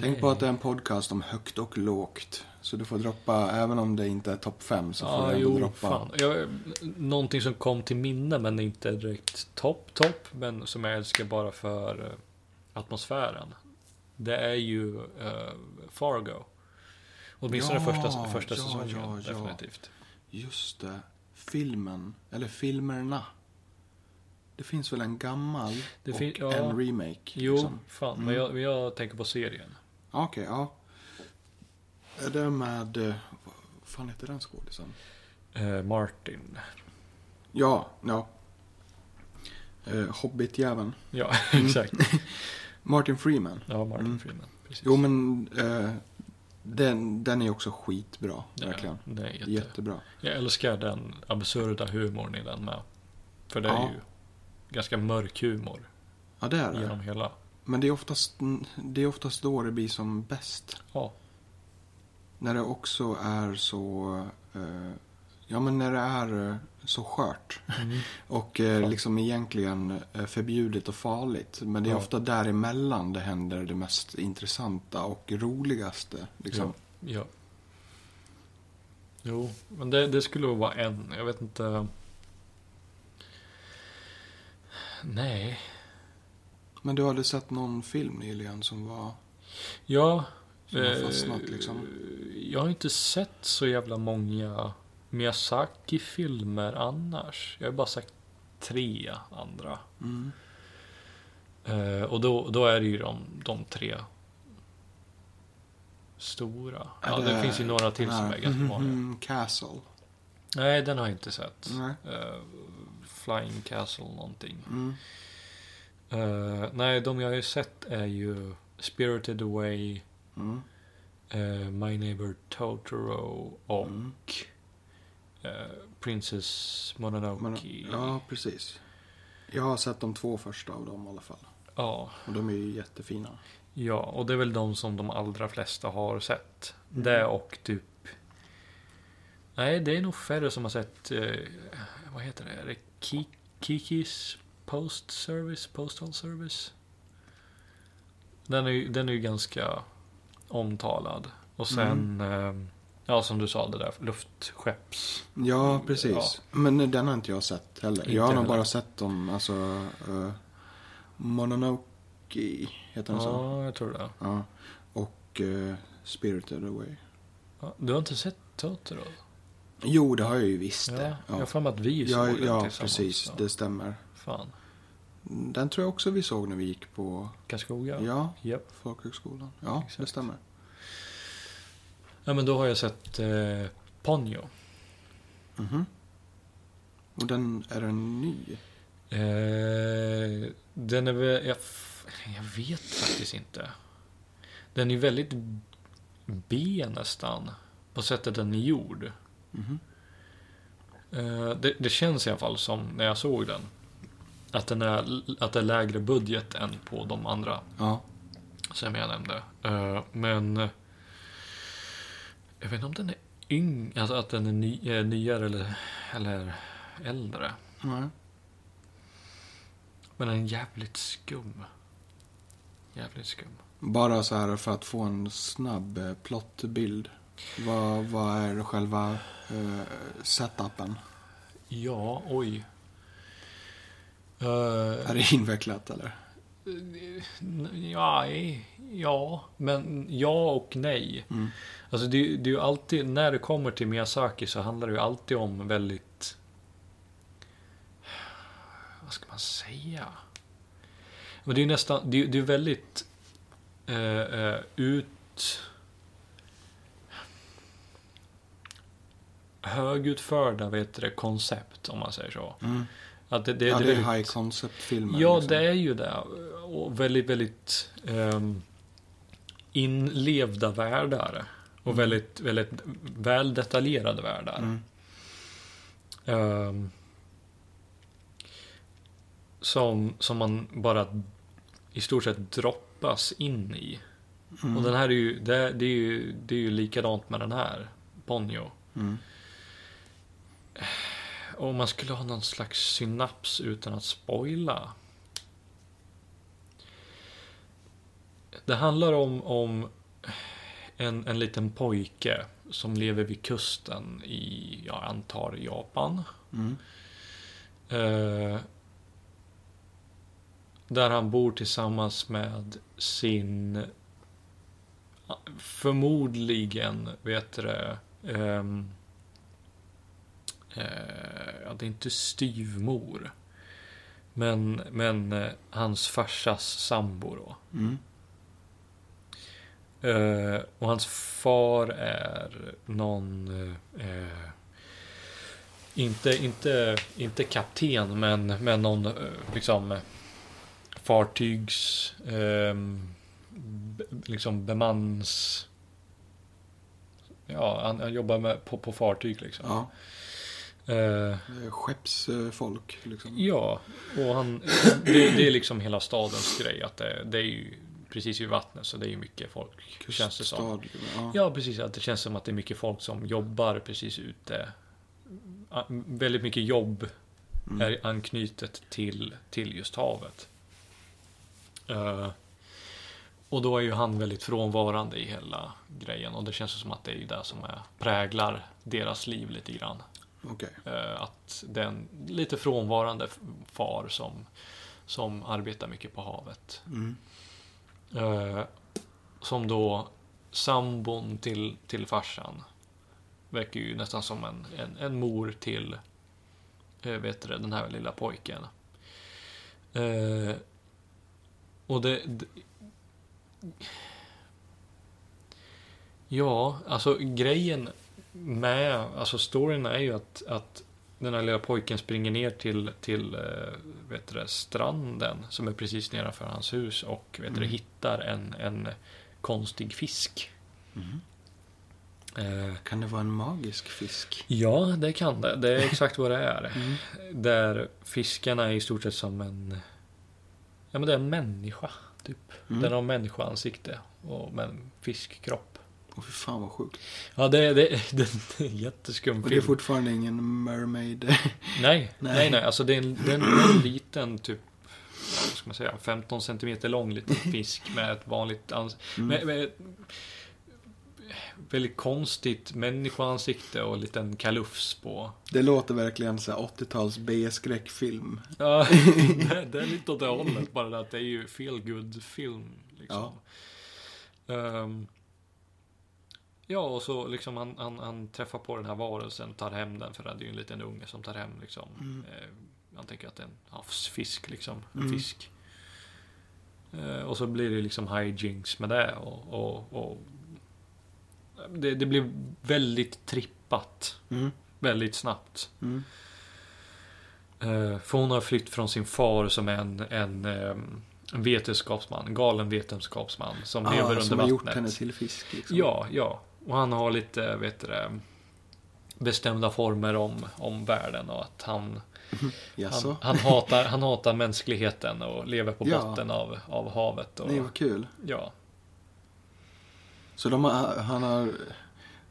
Tänk på
Nej.
att det är en podcast om högt och lågt. Så du får droppa, även om det inte är topp fem så får du ändå droppa.
fan. Jag, någonting som kom till minne men inte direkt topp, topp. Men som jag älskar bara för eh, atmosfären. Det är ju eh, Fargo. Åtminstone
Ja,
första, första
ja,
säsongen,
ja, ja.
definitivt.
Just det, filmen, eller filmerna. Det finns väl en gammal
Det
och
fin- ja.
en remake?
Jo,
liksom.
fan.
Mm.
Men jag, men jag tänker på serien.
Ja, Okej, ja. Är det med... eh, Vad fan heter den skådisen?
Eh, Martin.
Ja, ja. Eh, Hobbitjäveln.
Ja, exakt.
Martin Freeman.
Ja, Martin
Mm.
Freeman. Precis.
Jo, men eh, den, den är också skitbra.
Ja,
Verkligen.
Det är jätte...
Jättebra.
Jag älskar den absurda humorn i den med. För det är
Ja.
ju ganska mörk humor
Ja, det är det.
genom hela.
Men det är, oftast, det är oftast då det blir som bäst.
Ja.
När det också är så... Eh, ja, men när det är eh, så skört. Och eh, liksom egentligen eh, förbjudet och farligt. Men det är
Ja.
ofta däremellan det händer det mest intressanta och roligaste. Liksom.
Ja. Jo, men det, det skulle vara en. Jag vet inte. Nej.
Men du hade sett någon film nyligen som var...
Ja.
Som har
eh,
fastnat, liksom.
Jag har inte sett så jävla många Miyazaki-filmer annars. Jag har bara sett tre andra.
Mm.
Eh, och då, då är det ju de, de tre stora. Ja,
Är det-
det finns ju några till som är ganska vanliga.
Mm, Castle.
Nej, den har jag inte sett.
Nej.
Eh, Flying Castle någonting.
Mm.
Eh, nej, de jag har ju sett är ju Spirited Away,
Mm.
eh, My Neighbor Totoro och
Mm.
eh, Princess Mononoke.
Men, ja, precis. Jag har sett de två första av dem i alla fall.
ja.
Och de är ju jättefina.
Ja, och det är väl de som de allra flesta har sett. Det och typ... Nej, det är nog färre som har sett... Eh, vad heter det? Är det Ki- Kikis Post Service? Postal Service? Den är ju, den är ju ganska omtalad. Och sen... Eh, ja, som du sa, det där luftskepps...
Ja, precis. Men den har inte jag sett heller.
Inte
jag har nog
heller.
bara sett dem, alltså... eh, Mononoke, heter den så?
Ja, jag tror det.
Ja. Och eh, Spirited Away.
Ja, Du har inte sett Totoro?
Jo, det har jag ju visst
Ja,
det.
Jag har
Ja,
för mig att vi såg
ja,
den
ja
tillsammans.
precis.
så.
Det stämmer.
Fan.
Den tror jag också vi såg när vi gick på...
Karlskoga?
Ja.
Japp.
folkhögskolan. Ja, det
Exakt.
stämmer.
Ja men då har jag sett eh, Ponyo.
Mhm. Och den, är den ny?
Eh, den är väl, jag, f- jag vet faktiskt inte. Den är väldigt B nästan. På sättet den är gjord.
Mhm.
Eh, det, det känns i alla fall som när jag såg den. Att, den är, att det är lägre budget än på de andra
Ja.
som jag nämnde. Eh, men eh, jag vet inte om den är yng, alltså att den är ny, eh, nyare eller, eller äldre.
Nej.
Men den är jävligt skum. Jävligt skum.
Bara så här för att få en snabb eh, plottbild. Vad, vad är själva eh, setupen?
Ja, oj. Eh,
Är det invecklat eller?
n- ja, nej, ja, men ja och nej.
Mm.
Alltså det, är- det är ju alltid, när det kommer till Miyazaki så handlar det ju alltid om väldigt... Vad ska man säga? Men det är ju nästan, det är ju det är ju väldigt eh, eh, ut... Högutförda, vad heter det, koncept om man säger så.
Mm.
Att det, det,
ja, det
väldigt-
är high concept-filmer.
Ja,
liksom.
det är ju det. Och väldigt, väldigt ehm, inlevda världar. Och väldigt, väldigt väl detaljerade världar.
Mm.
Ehm, som, som man bara i stort sett droppas in i.
Mm.
Och den här är ju, det, det är ju, det är ju likadant med den här, Ponyo.
Mm.
Och om man skulle ha någon slags synaps utan att spoila. Det handlar om, om en, en liten pojke som lever vid kusten i, jag antar, Japan.
Mm.
Eh, där han bor tillsammans med sin förmodligen, vet du det, ehm, eh, ja, det är inte styvmor. Men, men eh, hans farsas sambo då.
Mm.
Eh, och hans far är någon... eh, eh, inte, inte, inte kapten, men, men någon eh, liksom eh, fartygs... ehm, be, liksom bemans... Ja, han, han jobbar med, på, på fartyg liksom.
Ja,
Eh,
det är skeppsfolk liksom.
Ja, och han, det, det är liksom hela stadens grej att det, det är ju precis vid vattnet så det är ju mycket folk. känns det som.
Kuststad. Ja.
Ja, precis. Att det känns som att det är mycket folk som jobbar precis ute. A- Väldigt mycket jobb
Mm.
är anknutet till, till just havet. Eh, och då är ju han väldigt frånvarande i hela grejen och det känns som att det är ju det som är, präglar deras liv lite grann.
Okej.
Eh, att det är en lite frånvarande f- far som, som arbetar mycket på havet.
Mm.
Eh, som då sambon till, till farsan verkar ju nästan som en, en, en mor till eh, vet du, det, den här lilla pojken. Eh, och det, det... Ja, alltså grejen med, alltså storyn är ju att, att den här lilla pojken springer ner till, till eh, vet du, det, stranden som är precis nedanför hans hus och vet du, det,
Mm.
hittar en, en konstig fisk. Eh,
Mm. Kan det vara en magisk fisk?
Ja, det kan det. Det är exakt vad det är. Där fiskarna är i stort sett som en... Ja, men det är en människa, typ.
Mm.
Den har människoansikte och med en fiskkropp.
Och fy fan vad sjukt.
Ja, det, det, det är en jätteskum
Och det är
film.
fortfarande ingen mermaid.
Nej,
Nej.
nej, nej. Alltså det är en, det är en, en liten, typ, vad ska man säga, 15 centimeter lång liten fisk med ett vanligt ans-
Mm.
med, med ett väldigt konstigt människoansikte och en liten kalufs på.
Det låter verkligen så här 80-tals B-skräckfilm.
Ja, det, det är lite åt det hållet. Bara det att det är ju feel good film liksom. Ja. ja, och så liksom han, han, han träffar på den här varelsen, tar hem den. För det är ju en liten unge som tar hem liksom. Eh, han tänker att det är en havsfisk liksom. En
Mm.
fisk. Eh, och så blir det liksom hijinks med det. Och, och, och det, det blir väldigt trippat.
Mm.
Väldigt snabbt.
Mm.
Eh, För hon har flytt från sin far som är en, en, ehm, en vetenskapsman, en galen vetenskapsman som lever under
Ah, som har
vattnet.
gjort henne till fisk. Liksom.
Ja, ja. Och han har lite, vet du det, bestämda former om, om världen och att han,
Jaså?
han, han, hatar, han hatar mänskligheten och lever på
Ja.
botten av, av havet. Och,
Nej, vad kul.
ja.
Så de har, han har,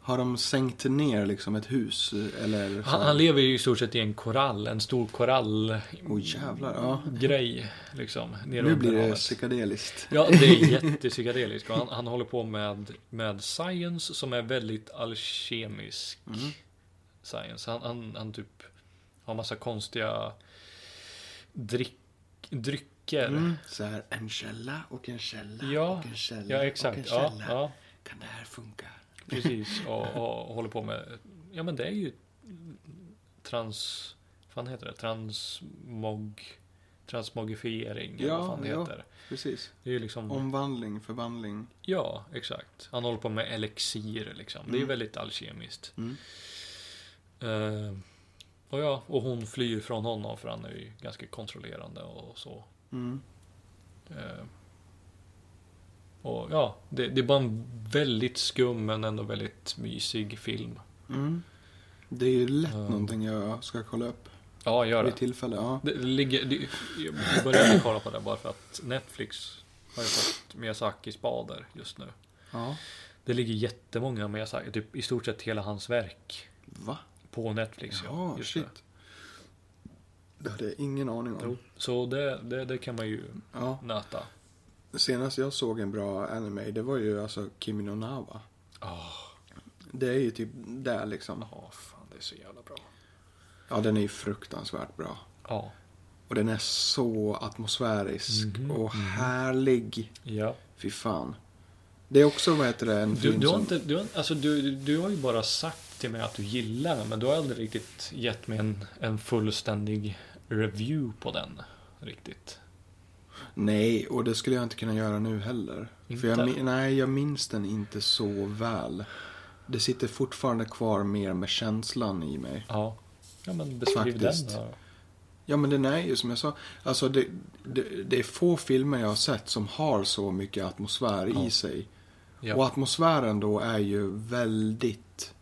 har de sänkt ner liksom ett hus? Eller så
han,
här-
han lever ju i stort sett i en korall, en stor korall
Åh jävlar, ja.
grej liksom. nere
Nu
Mm. under
blir det
havet.
psykedeliskt.
Ja, det är jättepsykedeliskt. Och Han, han håller på med, med science som är väldigt alkemisk
Mm.
science. Han, han, han typ har massa konstiga dryck, drycker.
Mm. Så här, en källa och en källa
Ja,
och en källa
Ja,
och en
exakt. Ja,
källa.
ja,
Kan det här funka?
precis. Och, och håller på med, ja men det är ju trans, vad fan heter det? Transmog, transmogifiering eller
Ja,
vad fan det
ja.
heter.
Precis.
Det är ju liksom...
Mm. Omvandling, förvandling.
Ja, exakt. Han håller på med elixir liksom. Det är ju väldigt alkemiskt.
Mm.
Eh, och ja, och hon flyr från honom för han är ju ganska kontrollerande och så.
Mm.
Eh, och ja, det, det är bara en väldigt skum men ändå väldigt mysig film.
Mm. Det är ju lätt
Ja.
någonting jag ska kolla upp
Ja, gör
vid
det.
tillfälle. Ja.
det ligger, det, jag började kolla på det bara för att Netflix har ju fått Miyazakis bader just nu.
ja.
Det ligger jättemånga Miyazaki, typ i stort sett hela hans verk
Va?
på Netflix.
Ja,
just
shit.
det.
Det hade jag ingen aning om.
Jo, så det, det, det kan man ju
Ja.
nöta.
Senast jag såg en bra anime, det var ju alltså Kimi no Nawa. Ah.
Oh,
Det är ju typ där liksom.
fan, det är så jävla bra.
Ja, den är ju fruktansvärt bra.
Ja.
Och den är så atmosfärisk
Mhm,
och härlig.
ja.
Fy fan. Det är också, vad heter det, en
Du,
film
du, har
som...
inte, du, har, alltså, du, du har ju bara sagt till mig att du gillar den, men du har aldrig riktigt gett mig en, en fullständig review på den. Riktigt.
Nej, och det skulle jag inte kunna göra nu heller.
Inte?
För jag, min- nej, jag minns den inte så väl. Det sitter fortfarande kvar mer med känslan i mig.
Ja. Ja, men beskriv
Faktiskt.
den då.
Ja, men den är ju som jag sa. Alltså, det, det, det är få filmer jag har sett som har så mycket atmosfär i
Ja.
sig.
Ja.
Och atmosfären då är ju väldigt...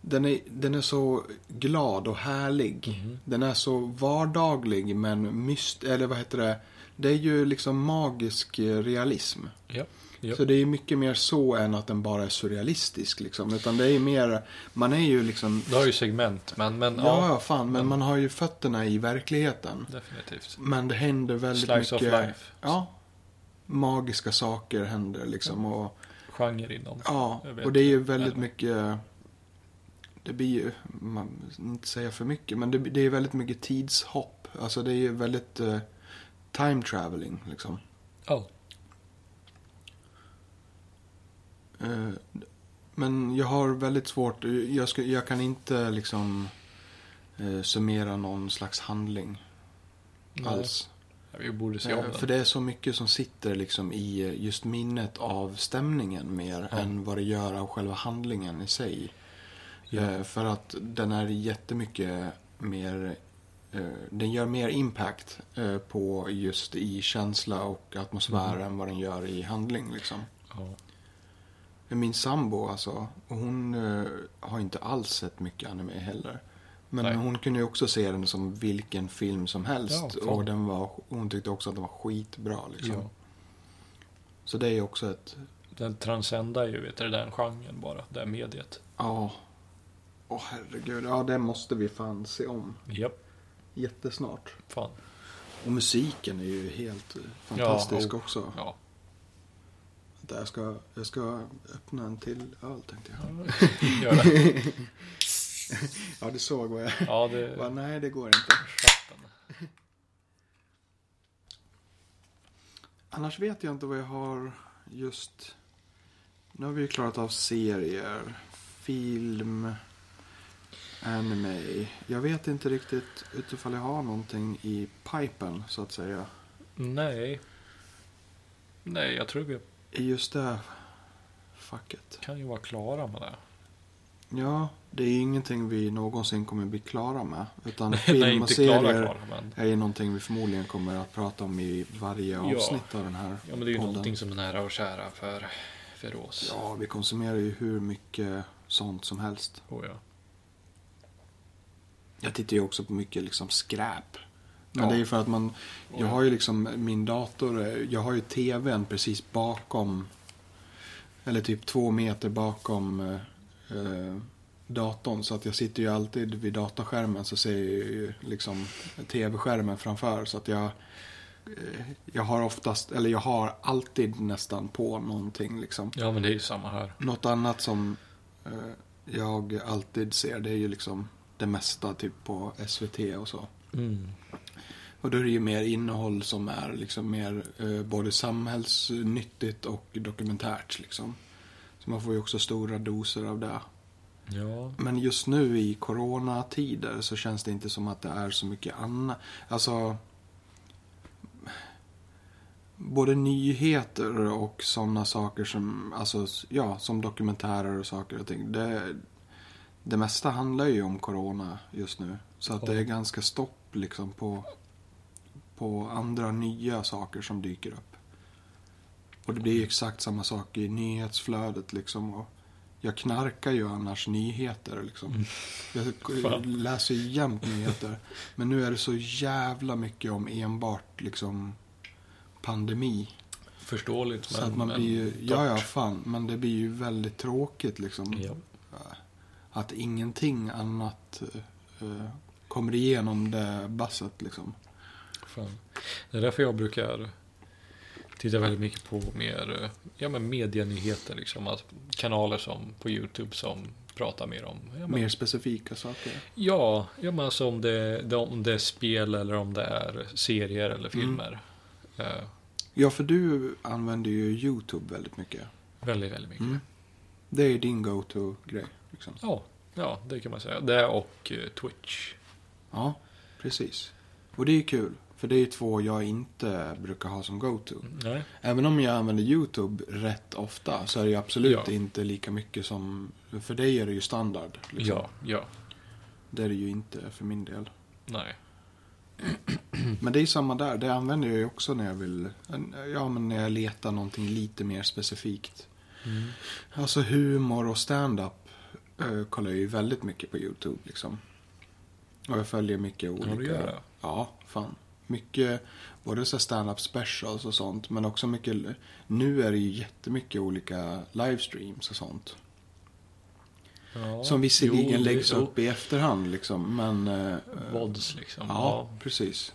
Den är, den är så glad och härlig.
Mhm.
Den är så vardaglig men myst... Eller vad heter det? det är ju liksom magisk eh, realism.
Ja. Ja.
Så det är ju mycket mer så än att den bara är surrealistisk liksom. Utan det är ju mer, man är ju liksom,
Du har ju segment, men, men
ja
ja,
ja fan, men man har ju fötterna i verkligheten.
definitivt.
Men det händer väldigt
Slice of
mycket.
life.
Ja. Magiska saker händer liksom. Och,
Genre inom.
ja,
Jag vet
och det är ju väldigt
Men-
mycket. Det blir ju, man ska inte säga för mycket, men det, det är väldigt mycket tidshopp. Alltså det är ju väldigt eh, time traveling liksom.
Ja.
Eh, men jag har väldigt svårt, jag, ska, jag kan inte liksom eh, summera någon slags handling alls.
Vi borde se om
Eh,
den.
För det är så mycket som sitter liksom i eh, just minnet av stämningen mer
Ja.
än vad det gör av själva handlingen i sig.
Ja.
Eh, För att den är jättemycket mer, eh, den gör mer impact eh, på just i känsla och atmosfär
Mm.
än vad den gör i handling liksom.
Ja.
Min sambo alltså, och hon eh, har inte alls sett mycket anime heller. Men
Nej.
hon kunde ju också se den som vilken film som helst.
Ja, fan.
och den var, hon tyckte också att den var skitbra. Liksom.
Ja.
Så det är ju också ett,
Den transcendar ju, vet du, den genren bara. Det här mediet.
ja. Åh herregud, ja det måste vi fan se om.
Japp,
Jättesnart.
fan.
Och musiken är ju helt eh, fantastisk
Ja,
också.
Ja.
Vänta, Jag ska, jag ska öppna en till öl tänkte jag.
Gör det.
Ja, du såg vad jag...
Ja, det...
Va, nej, det går inte.
Chatten.
Annars vet jag inte vad jag har just... Nu har vi ju klarat av serier, film, anime. Jag vet inte riktigt utifall jag har någonting i pipen, så att säga.
Nej. Nej, jag tror vi
I just det facket.
kan ju vara klara med det.
Ja, det är ju ingenting vi någonsin kommer bli klara med. Utan film
Nej,
och
inte
serier
klara klara, men...
är ju någonting vi förmodligen kommer att prata om i varje
Ja.
avsnitt av den här
Ja, men det är ju
podden.
någonting som är nära och kära för, för oss.
Ja, vi konsumerar ju hur mycket sånt som helst.
Oh, ja.
Jag tittar ju också på mycket liksom skräp. Men
Ja.
det är ju för att man, jag
Ja.
har ju liksom min dator, eh, jag har ju tvn precis bakom, eller typ två meter bakom eh, eh, datorn. Så att jag sitter ju alltid vid dataskärmen så ser jag ju liksom tv-skärmen framför. Så att jag, eh, jag har oftast, eller jag har alltid nästan på någonting liksom.
ja, men det är ju samma här.
Något annat som eh, jag alltid ser det är ju liksom det mesta typ på SVT och så. Mm. Och då är det ju mer innehåll som är liksom mer eh, både samhällsnyttigt och dokumentärt liksom. Så man får ju också stora doser av det.
Ja.
Men just nu i coronatider så känns det inte som att det är så mycket annat. Alltså... Både nyheter och sådana saker som, alltså, ja, som dokumentärer och saker och ting. Det, det mesta handlar ju om corona just nu. Så att det är ganska stopp liksom på, på andra nya saker som dyker upp. Och det blir ju exakt samma sak i nyhetsflödet liksom. Och jag knarkar ju annars nyheter liksom. Jag
Mm. Fan.
läser ju jämt nyheter. Men nu är det så jävla mycket om enbart liksom pandemi.
Förståeligt, men...
så att man
men
blir ju, ja ja
torrt.
fan, men det blir ju väldigt tråkigt liksom.
Ja.
Att ingenting annat eh, kommer igenom det basset liksom.
Fan. Det är därför jag brukar titta väldigt mycket på mer eh, ja, men medienyheter. Liksom, att kanaler som, på YouTube som pratar mer om ja, men,
Mer specifika saker.
Ja, ja men alltså om det, det- om det är spel eller om det är serier eller
Mm.
filmer. Eh,
Ja, för du använder ju YouTube väldigt mycket.
väldigt, väldigt mycket.
Mm. Det är ju din go-to-grej. Liksom.
Ja, ja, det kan man säga. Det och eh, Twitch.
Ja, precis. Och det är ju kul. För det är ju två jag inte brukar ha som go-to.
Nej.
Även om jag använder YouTube rätt ofta så är det ju absolut
Ja.
inte lika mycket som... För dig är det ju standard. Liksom.
Ja, ja,
Det är det ju inte för min del.
nej. Mm.
Men det är ju samma där. Det använder jag ju också när jag vill... Ja, men när jag letar någonting lite mer specifikt. Alltså humor och stand-up eh, kollar jag ju väldigt mycket på YouTube liksom. Och jag följer mycket olika...
Ja, du gör det.
Ja, fan. Mycket, både så här stand-up specials och sånt. Men också mycket, nu är det ju jättemycket olika livestreams och sånt.
Ja.
Som
Jo,
visserligen
det-
läggs
jo,
upp i efterhand liksom. Men, eh,
Vods liksom.
ja, precis.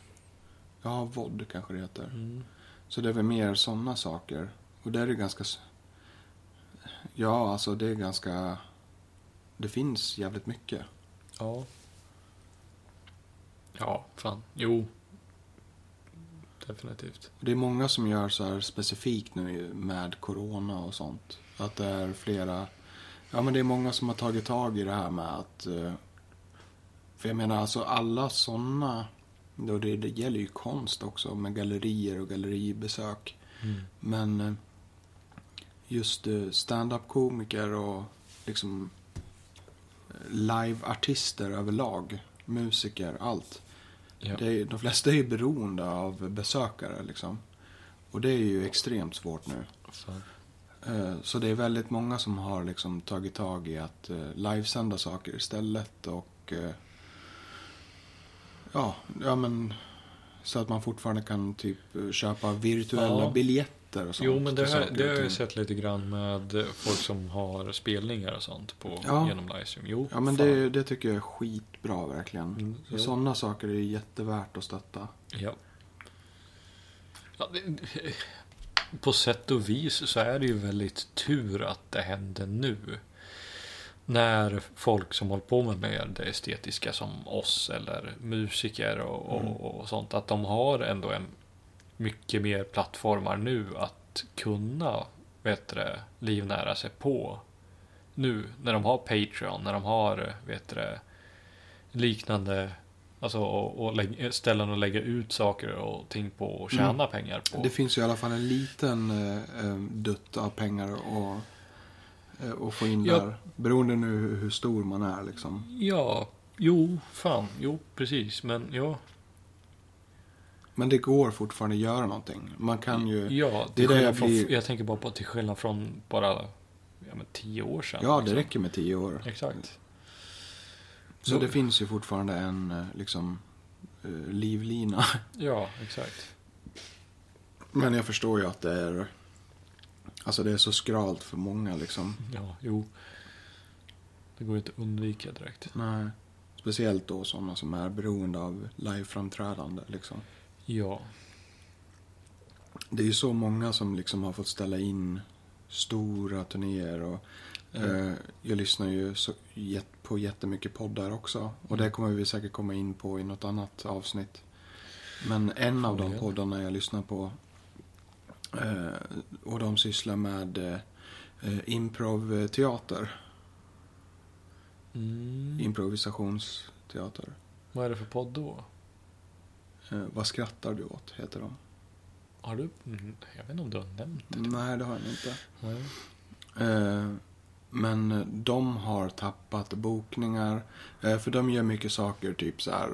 Ja, VOD kanske det heter.
Mm.
Så det är väl mer sådana saker. Och där är det ganska... s- Ja, alltså det är ganska... Det finns jävligt mycket.
Ja. Ja, fan. Jo. Definitivt.
Det är många som gör så här specifikt nu ju med corona och sånt. Att det är flera... Ja, men det är många som har tagit tag i det här med att... eh, För jag menar, alltså alla sådana... Då det, det gäller ju konst också med gallerier och galleribesök. Men eh, just eh, stand-up-komiker och liksom eh, live-artister överlag, musiker, allt.
Ja.
Det är, de flesta är ju beroende av besökare liksom. Och det är ju extremt svårt nu.
Fan.
Eh, Så det är väldigt många som har liksom tagit tag i att eh, livesända saker istället och eh, ja, ja men så att man fortfarande kan typ eh, köpa virtuella
Ja.
biljetter och sånt.
Jo, men det,
till
här,
saker
det
och
har jag ju
ting.
sett lite grann med folk som har spelningar och sånt på,
Ja.
genom livestream. Jo,
Ja, men
fan.
det, det tycker jag är skitbra verkligen.
Mm,
så
jo.
sådana saker är ju jättevärt att stötta.
Ja. ja det, på sätt och vis så är det ju väldigt tur att det händer nu. När folk som håller på med mer det estetiska som oss eller musiker och,
Mm.
och, och sånt. Att de har ändå en mycket mer plattformar nu att kunna vet du, det, livnära sig på. Nu när de har Patreon, när de har vet du, det, liknande Alltså och, och lägg, ställen att lägga ut saker och ting på och tjäna pengar på.
Det finns ju i alla fall en liten eh, eh, dutt av pengar och, eh, och få in
Ja.
där. Beroende nu hur, hur stor man är liksom.
Ja, jo, fan, jo, precis, men ja.
Men det går fortfarande att göra någonting. Man kan ju...
ja
det är
till
det jag
skillnad från,
blir-
jag tänker bara på till skillnad från bara ja, men tio år sedan.
Ja, det
liksom.
räcker med tio år.
Exakt.
Så det finns ju fortfarande en eh, liksom eh, livlina.
Ja, exakt.
Men jag förstår ju att det är... Alltså det är så skralt för många liksom.
Ja, jo. Det går ju inte att undvika direkt.
Nej. Speciellt då sådana som är beroende av liveframträdande. Liksom.
Ja,
Det är ju så många som liksom har fått ställa in stora turnéer. Och, eh, jag lyssnar ju så, jätt- på jättemycket poddar också. Och
Mm.
det kommer vi säkert komma in på i något annat avsnitt. Men en av de
Förmodligen.
poddarna jag lyssnar på eh, och de sysslar med eh, eh, improvteater.
mm.
Improvisationsteater.
vad är det för podd då?
Eh, Vad skrattar du åt? heter de.
Har du, mm, jag vet inte om du har nämnt det?
Nej, det har jag inte.
Nej.
Eh, men de har tappat bokningar. Eh, för de gör mycket saker, typ så här,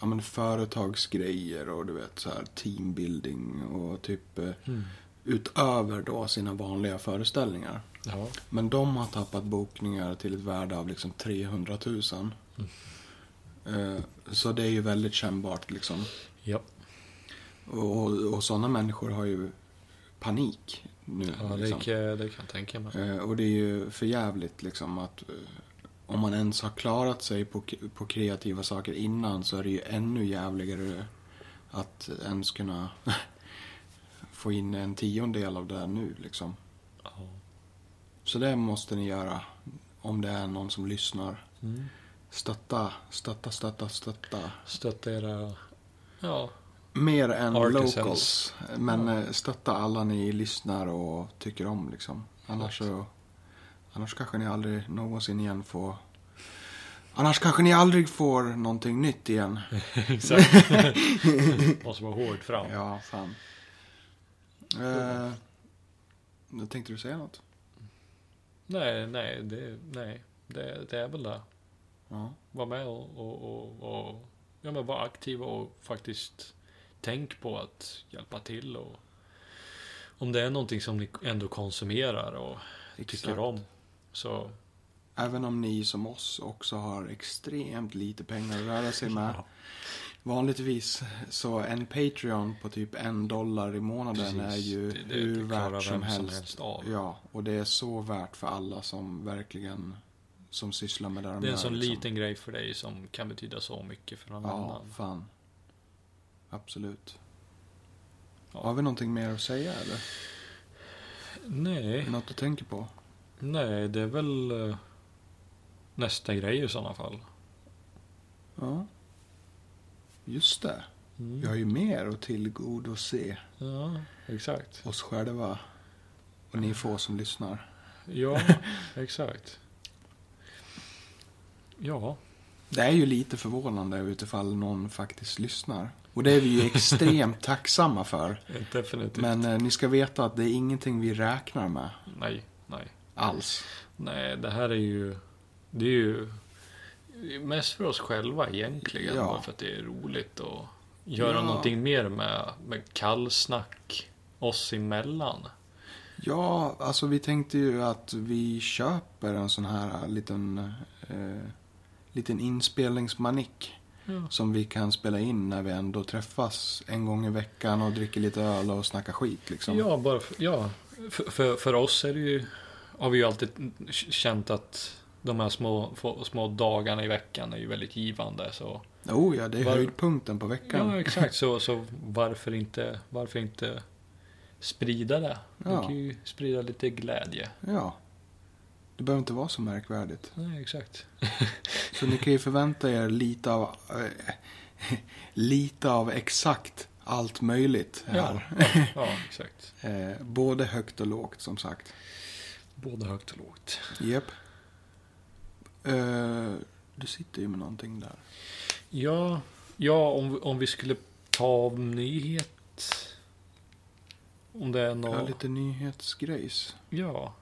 ja, men företagsgrejer och du vet så här teambuilding och typ eh,
Mm.
utöver då sina vanliga föreställningar.
Ja.
Men de har tappat bokningar till ett värde av liksom 300 000. Eh, så det är ju väldigt kännbart liksom.
ja,
Och, och, och sådana människor har ju panik nu.
ja det,
liksom.
kan, det kan jag tänka mig.
Eh, Och det är ju för jävligt liksom att eh, om man ens har klarat sig på, på kreativa saker innan så är det ju ännu jävligare att ens kunna få in en tiondel av det här nu liksom.
Ja.
Så det måste ni göra om det är någon som lyssnar.
Mm.
Stötta, stötta, stötta, stötta.
Stötta era... Ja.
Mer än
Artisans.
locals. Men eh, stötta alla ni lyssnar och tycker om liksom. Annars
Exakt.
så... Annars kanske ni aldrig någonsin igen får... Annars kanske ni aldrig får någonting nytt igen.
Exakt. Måste vara hård fram.
Ja, fan. Eh, nu tänkte du säga något?
Nej, nej, det, nej. Det, det är väl det.
Ja.
Var med och, och, och, och ja, men var aktiva och faktiskt tänk på att hjälpa till. Och, om det är någonting som ni ändå konsumerar och tycker
Exakt.
om. Så,
Även om ni som oss också har extremt lite pengar att röra sig med. Vanligtvis så en Patreon på typ en dollar i månaden
Precis.
är ju
Det- det
hur
klarar
värt
vem
som
som
helst.
helst av.
Ja, och det är så värt för alla som verkligen som sysslar med det här.
Det är en
med,
sån
liksom.
liten grej för dig som kan betyda så mycket för någon
Ja,
annan.
fan. Absolut.
Ja.
Har vi någonting mer att säga eller?
Nej,
Något du tänker på?
nej, det är väl eh, nästa grej i sådana fall.
Ja. Just det.
Mm.
Vi har ju mer att tillgodose
Ja, exakt.
oss själva och ni få som lyssnar.
Ja, exakt. Ja,
Det är ju lite förvånande utifall någon faktiskt lyssnar. Och det är vi ju extremt tacksamma för.
definitivt.
Men eh, ni ska veta att det är ingenting vi räknar med
Nej, nej.
alls.
Nej, det här är ju... Det är ju mest för oss själva egentligen.
Ja.
Bara för att det är roligt att göra
Ja.
någonting mer med, med kallsnack oss emellan.
Ja, alltså vi tänkte ju att vi köper en sån här äh, liten, eh, liten inspelningsmanick.
Ja.
Som vi kan spela in när vi ändå träffas en gång i veckan och dricker lite öl och snackar skit liksom.
Ja, bara för, ja. För, för, för oss är det ju, har vi ju alltid känt att de här små, få- små dagarna i veckan är ju väldigt givande. Så,
Oh, ja, det är
Var-
höjdpunkten på veckan.
ja, exakt. Så, så varför, inte, varför inte sprida det?
Ja.
Man kan ju sprida lite glädje.
Ja. Det behöver inte vara så märkvärdigt.
Nej, exakt.
Så ni kan ju förvänta er lite av, eh, lite av exakt allt möjligt
Ja,
här.
ja, exakt.
Eh, både högt och lågt som sagt.
Både högt och lågt.
Jep. Eh, du sitter ju med någonting där.
Ja, ja om, om vi skulle ta av nyhet. Om det är
Jag har
något...
lite nyhetsgrejs.
Ja.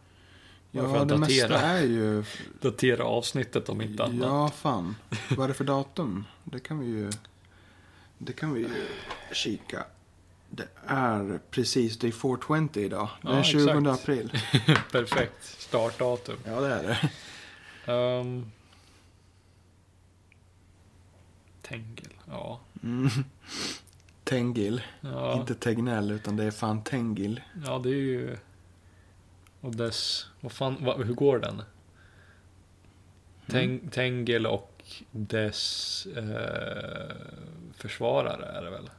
Bara för
Ja,
att
det
datera.
mesta är ju...
Datera avsnittet om inte annat.
Ja, fan. Vad är det för datum? Det kan vi ju... Det kan vi ju kika. Det är precis, det är 420 idag. Det är
Ja,
20
exakt.
april.
Perfekt startdatum.
Ja, det är det.
Um, Tengel, ja.
Mm. Tengil.
Ja.
Inte Tegnell, utan det är fan Tengil.
ja, det är ju... Och dess... Vad fan, va, hur går den?
Mm.
Teng, Tengel och dess eh, försvarare är det väl?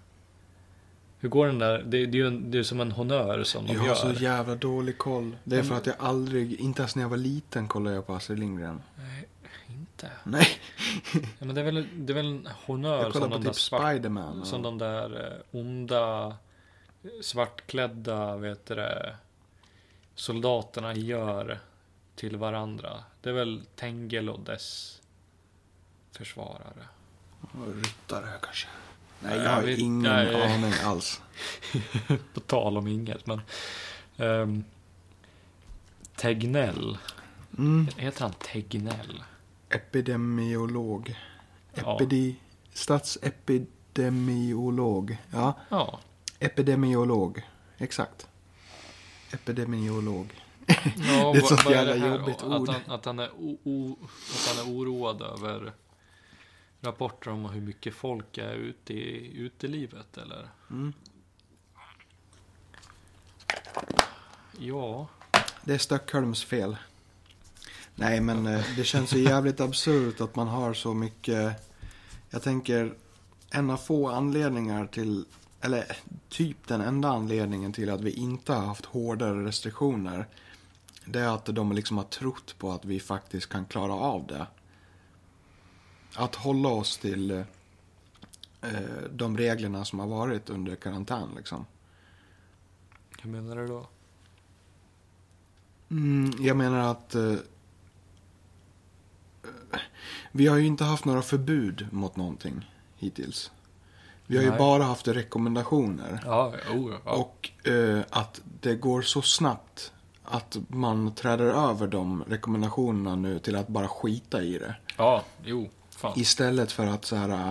Hur går den där? Det, det är ju en, det är som en honnör som de
Jag har
gör.
så jävla dålig koll. Det är för
Men-
att jag aldrig, inte ens när jag var liten kollade jag på Astrid Lindgren.
Inte.
Nej,
Ja, men det är väl, det är väl en honnör
jag
som
kollade
de
på
där
typ
svarta
Spiderman. och-
Som de där eh, onda eh, svartklädda vet du det, soldaterna gör till varandra. Det är väl Tengel och dess försvarare.
och Ryttare kanske. Nej,
Nej,
jag har
jag vet-
ingen
nej.
aning alls.
På tal om inget, men... ehm, Tegnell.
Mm.
Heter han Tegnell?
Epidemiolog.
Ja.
Epidi... Statsepidemiolog. Ja,
Ja,
epidemiolog. Exakt. Epidemiolog.
ja
Det är ett
vad-
sånt
vad
jävla
här?
jobbigt
Och
ord.
Att han, att, han är o, o, att han är oroad över rapporter om hur mycket folk är ute i utelivet, eller?
Mm.
Ja.
Det är Stockholms fel. Nej, men eh, det känns ju jävligt absurt att man har så mycket... Jag tänker, en av få anledningar till... Eller typ den enda anledningen till att vi inte har haft hårdare restriktioner. Det är att de liksom har trott på att vi faktiskt kan klara av det. Att hålla oss till eh, eh, de reglerna som har varit under karantän liksom.
Hur menar du då?
Mm, jag menar att eh, vi har ju inte haft några förbud mot någonting hittills. Vi har ju
Nej.
bara haft rekommendationer.
Ja, oh, ja.
Och eh, att det går så snabbt att man träder över de rekommendationerna nu till att bara skita i det.
ja, jo, fan.
Istället för att så här, äh,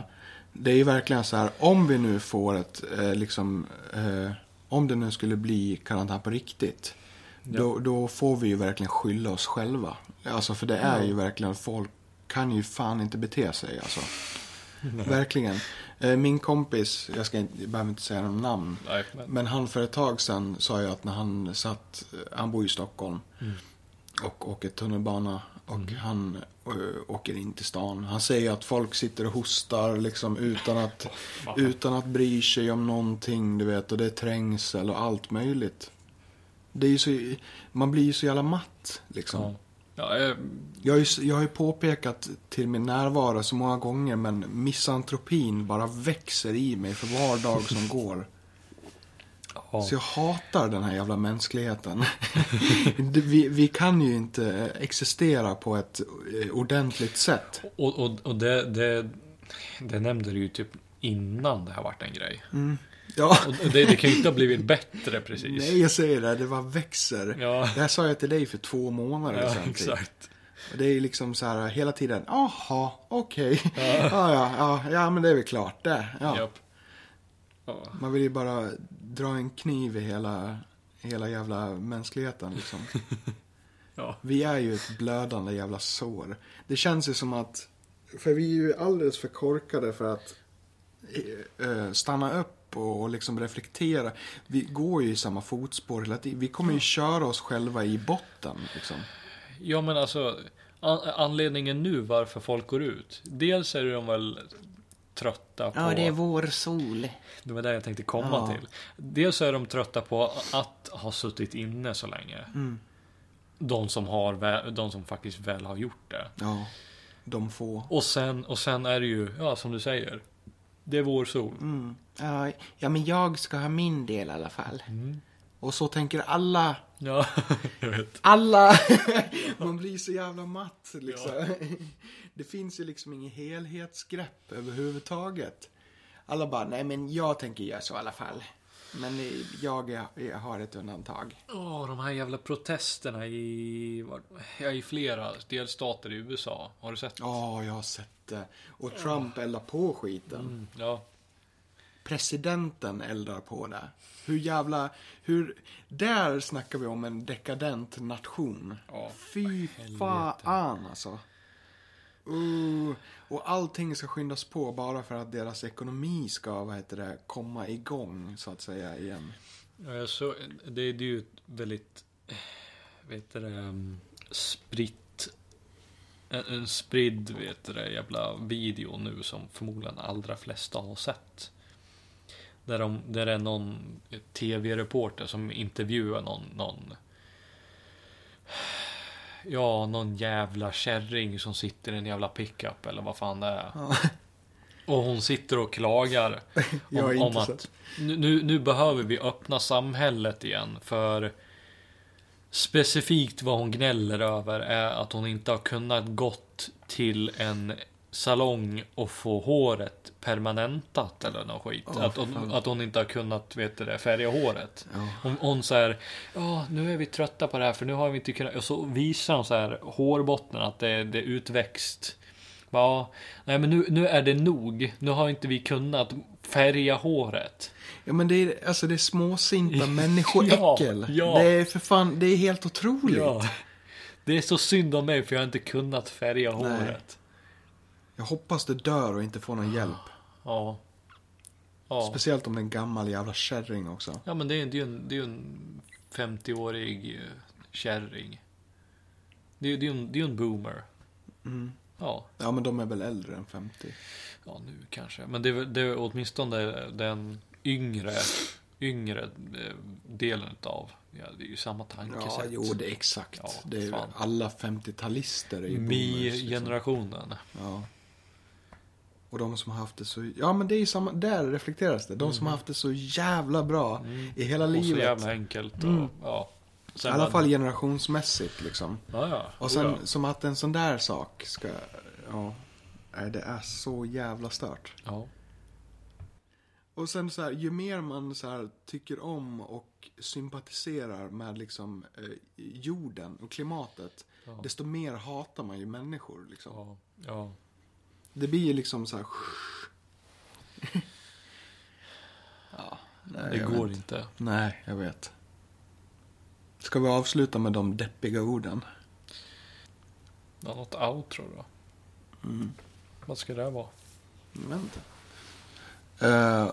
det är ju verkligen så här, om vi nu får ett, eh, liksom, eh, om det nu skulle bli karantän på riktigt, då, då får vi ju verkligen skylla oss själva. Alltså för det är ju verkligen, folk kan ju fan inte bete sig alltså. Verkligen. Eh, Min kompis, jag, ska inte, jag behöver inte säga någon namn.
Nej, men...
Men han för ett tag sedan sa ju att när han satt, han bor ju i Stockholm
Mm.
och åker tunnelbana och han ö, åker in till stan. Han säger att folk sitter och hostar liksom utan att,
fan.
utan att bry sig om någonting, du vet. Och det är trängsel och allt möjligt. Det är ju så, man blir ju så jävla matt liksom.
Ja. Ja, eh,
Jag har, ju, s- jag har ju påpekat till min närvaro så många gånger men misantropin bara växer i mig för var dag som går.
ja.
Så jag hatar den här jävla mänskligheten. Det- vi, vi kan ju inte eh, existera på ett eh, ordentligt sätt.
Och, och, och det, det, det nämnde du ju typ innan det här vart en grej.
Ja,
Och det, det kan ju inte ha blivit bättre precis.
nej jag säger det, det bara växer.
Ja,
Det här sa jag till dig för två månader
ja
sedan. typ.
exakt.
Och det är liksom så här hela tiden, jaha, okej. Ja, ja, ja, ja, men det är väl klart det. Ja.
Japp. Ja.
Man vill ju bara dra en kniv i hela, hela jävla mänskligheten liksom.
Ja.
Vi är ju ett blödande jävla sår. Det känns ju som att, för vi är ju alldeles för korkade för att eh, eh, stanna upp och, och liksom reflektera. Vi går ju i samma fotspår hela tiden. Vi kommer ju köra oss själva i botten liksom.
ja, men alltså an, anledningen nu varför folk går ut. Dels är de väl trötta på...
vår sol.
Det var där jag tänkte komma
Ja.
till. Dels är de trötta på att ha suttit inne så länge.
Mm.
De, som har, vä- de som faktiskt väl har gjort det.
Ja, de få.
Och sen, och sen är det ju, ja som du säger. Det är vår sol.
Mm. Ja, ja, men jag ska ha min del i alla fall. Och så tänker alla
Ja, jag vet.
Alla! Man blir så jävla matt liksom. Det finns ju liksom ingen helhetsgrepp överhuvudtaget. Alla bara, nej men jag tänker göra så i alla fall. Men eh, jag, är- jag har ett undantag.
Åh, de här jävla protesterna i, var, ja, i flera delstater i USA. Har du sett?
Ja, jag har sett det. Och Trump eldar på skiten.
Mm, ja.
Presidenten eldar på det. Hur jävla, hur, där snackar vi om en dekadent nation.
Ja,
Fy fan alltså. Uh, och allting ska skyndas på bara för att deras ekonomi ska, vad heter det, komma igång så att säga igen.
Ja, jag så, det, det är ju ett väldigt, eh, vad heter det, ehm, spritt, en, en spridd, vad heter det, jävla video nu som förmodligen allra flesta har sett. Där, de, där det är någon tv-reporter som intervjuar någon, någon Ja, någon jävla kärring som sitter i en jävla pickup eller vad fan det är. Och hon sitter och klagar
Jag har
om,
inte
om att
sett.
nu, nu- nu behöver vi öppna samhället igen för specifikt vad hon gnäller över är att hon inte har kunnat gått till en salong och få håret permanentat eller något skit.
Åh,
att, hon, att hon inte har kunnat vet du det, färga håret.
Ja.
Hon, hon så här, ja nu är vi trötta på det här för nu har vi inte kunnat. Och så visar hon så här hårbotten att det, det är utväxt. Ja, nej men nu, nu är det nog. Nu har inte vi kunnat färga håret.
Ja men det är, alltså det är småsinta människoäckel.
ja.
Det är för fan, det är helt otroligt.
Ja. Det är så synd om mig för jag har inte kunnat färga
Nej.
håret.
Jag hoppas det dör och inte får
Ah.
någon hjälp.
Ja. Ja.
Speciellt om det är en gammal jävla kärring också.
ja, men det är det är ju en, det är ju en 50-årig eh, kärring. Det är ju det är ju en, det är ju en boomer.
Mm.
Ja.
Ja men de är väl äldre än 50.
ja, nu kanske. Men det är, väl- det är åtminstone den yngre, yngre eh, delen av. Ja, det är ju samma tankesätt.
Ja, jo, det är exakt.
Ja,
det är,
fan.
alla 50-talister är ju boomers. Liksom.
Mi-generationen.
Ja. Och de som har haft det så... Ja, men det är ju samma... Där reflekteras det. De som har haft det så jävla bra i hela
Mm. Och så
livet.
jävla enkelt. Och,
Mm.
ja.
I
Sen
alla
man-
fall generationsmässigt liksom.
Ja, ja.
Och
Oh,
sen
ja.
som att en sån där sak ska... Ja. Nej, det är så jävla stört.
ja.
Och sen så här, ju mer man så här, tycker om och sympatiserar med liksom eh, jorden och klimatet,
Ja.
desto mer hatar man ju människor liksom.
Ja, ja.
Det blir ju liksom så här... ja, nej,
Det
jag
går
vet.
inte.
Nej, jag vet. Ska vi avsluta med de deppiga orden? Mm.
Ja, Något outro då? Vad ska det här vara?
Jag vet inte. Eh,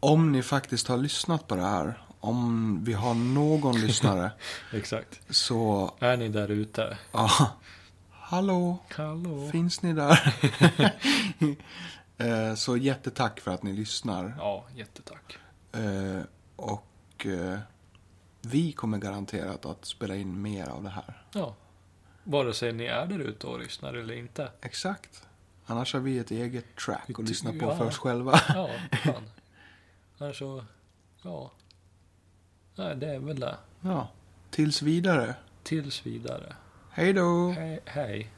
om ni faktiskt har lyssnat på det här. Om vi har någon lyssnare.
Exakt.
Så,
Är ni där ute?
ja. hallå.
Hallå?
Finns ni där? Eh, så jättetack för att ni lyssnar.
Ja, jättetack.
Eh, och eh, vi kommer garanterat att spela in mer av det här.
Ja. Vare sig ni är där ute och lyssnar eller inte.
Exakt. Annars har vi ett eget track att
Ty-
lyssna på
ja.
för oss själva.
Ja, fan. Annars så, ja. Nej, det är väl det.
Ja. Tills vidare.
Tills vidare.
Hej då!
Hej. hej.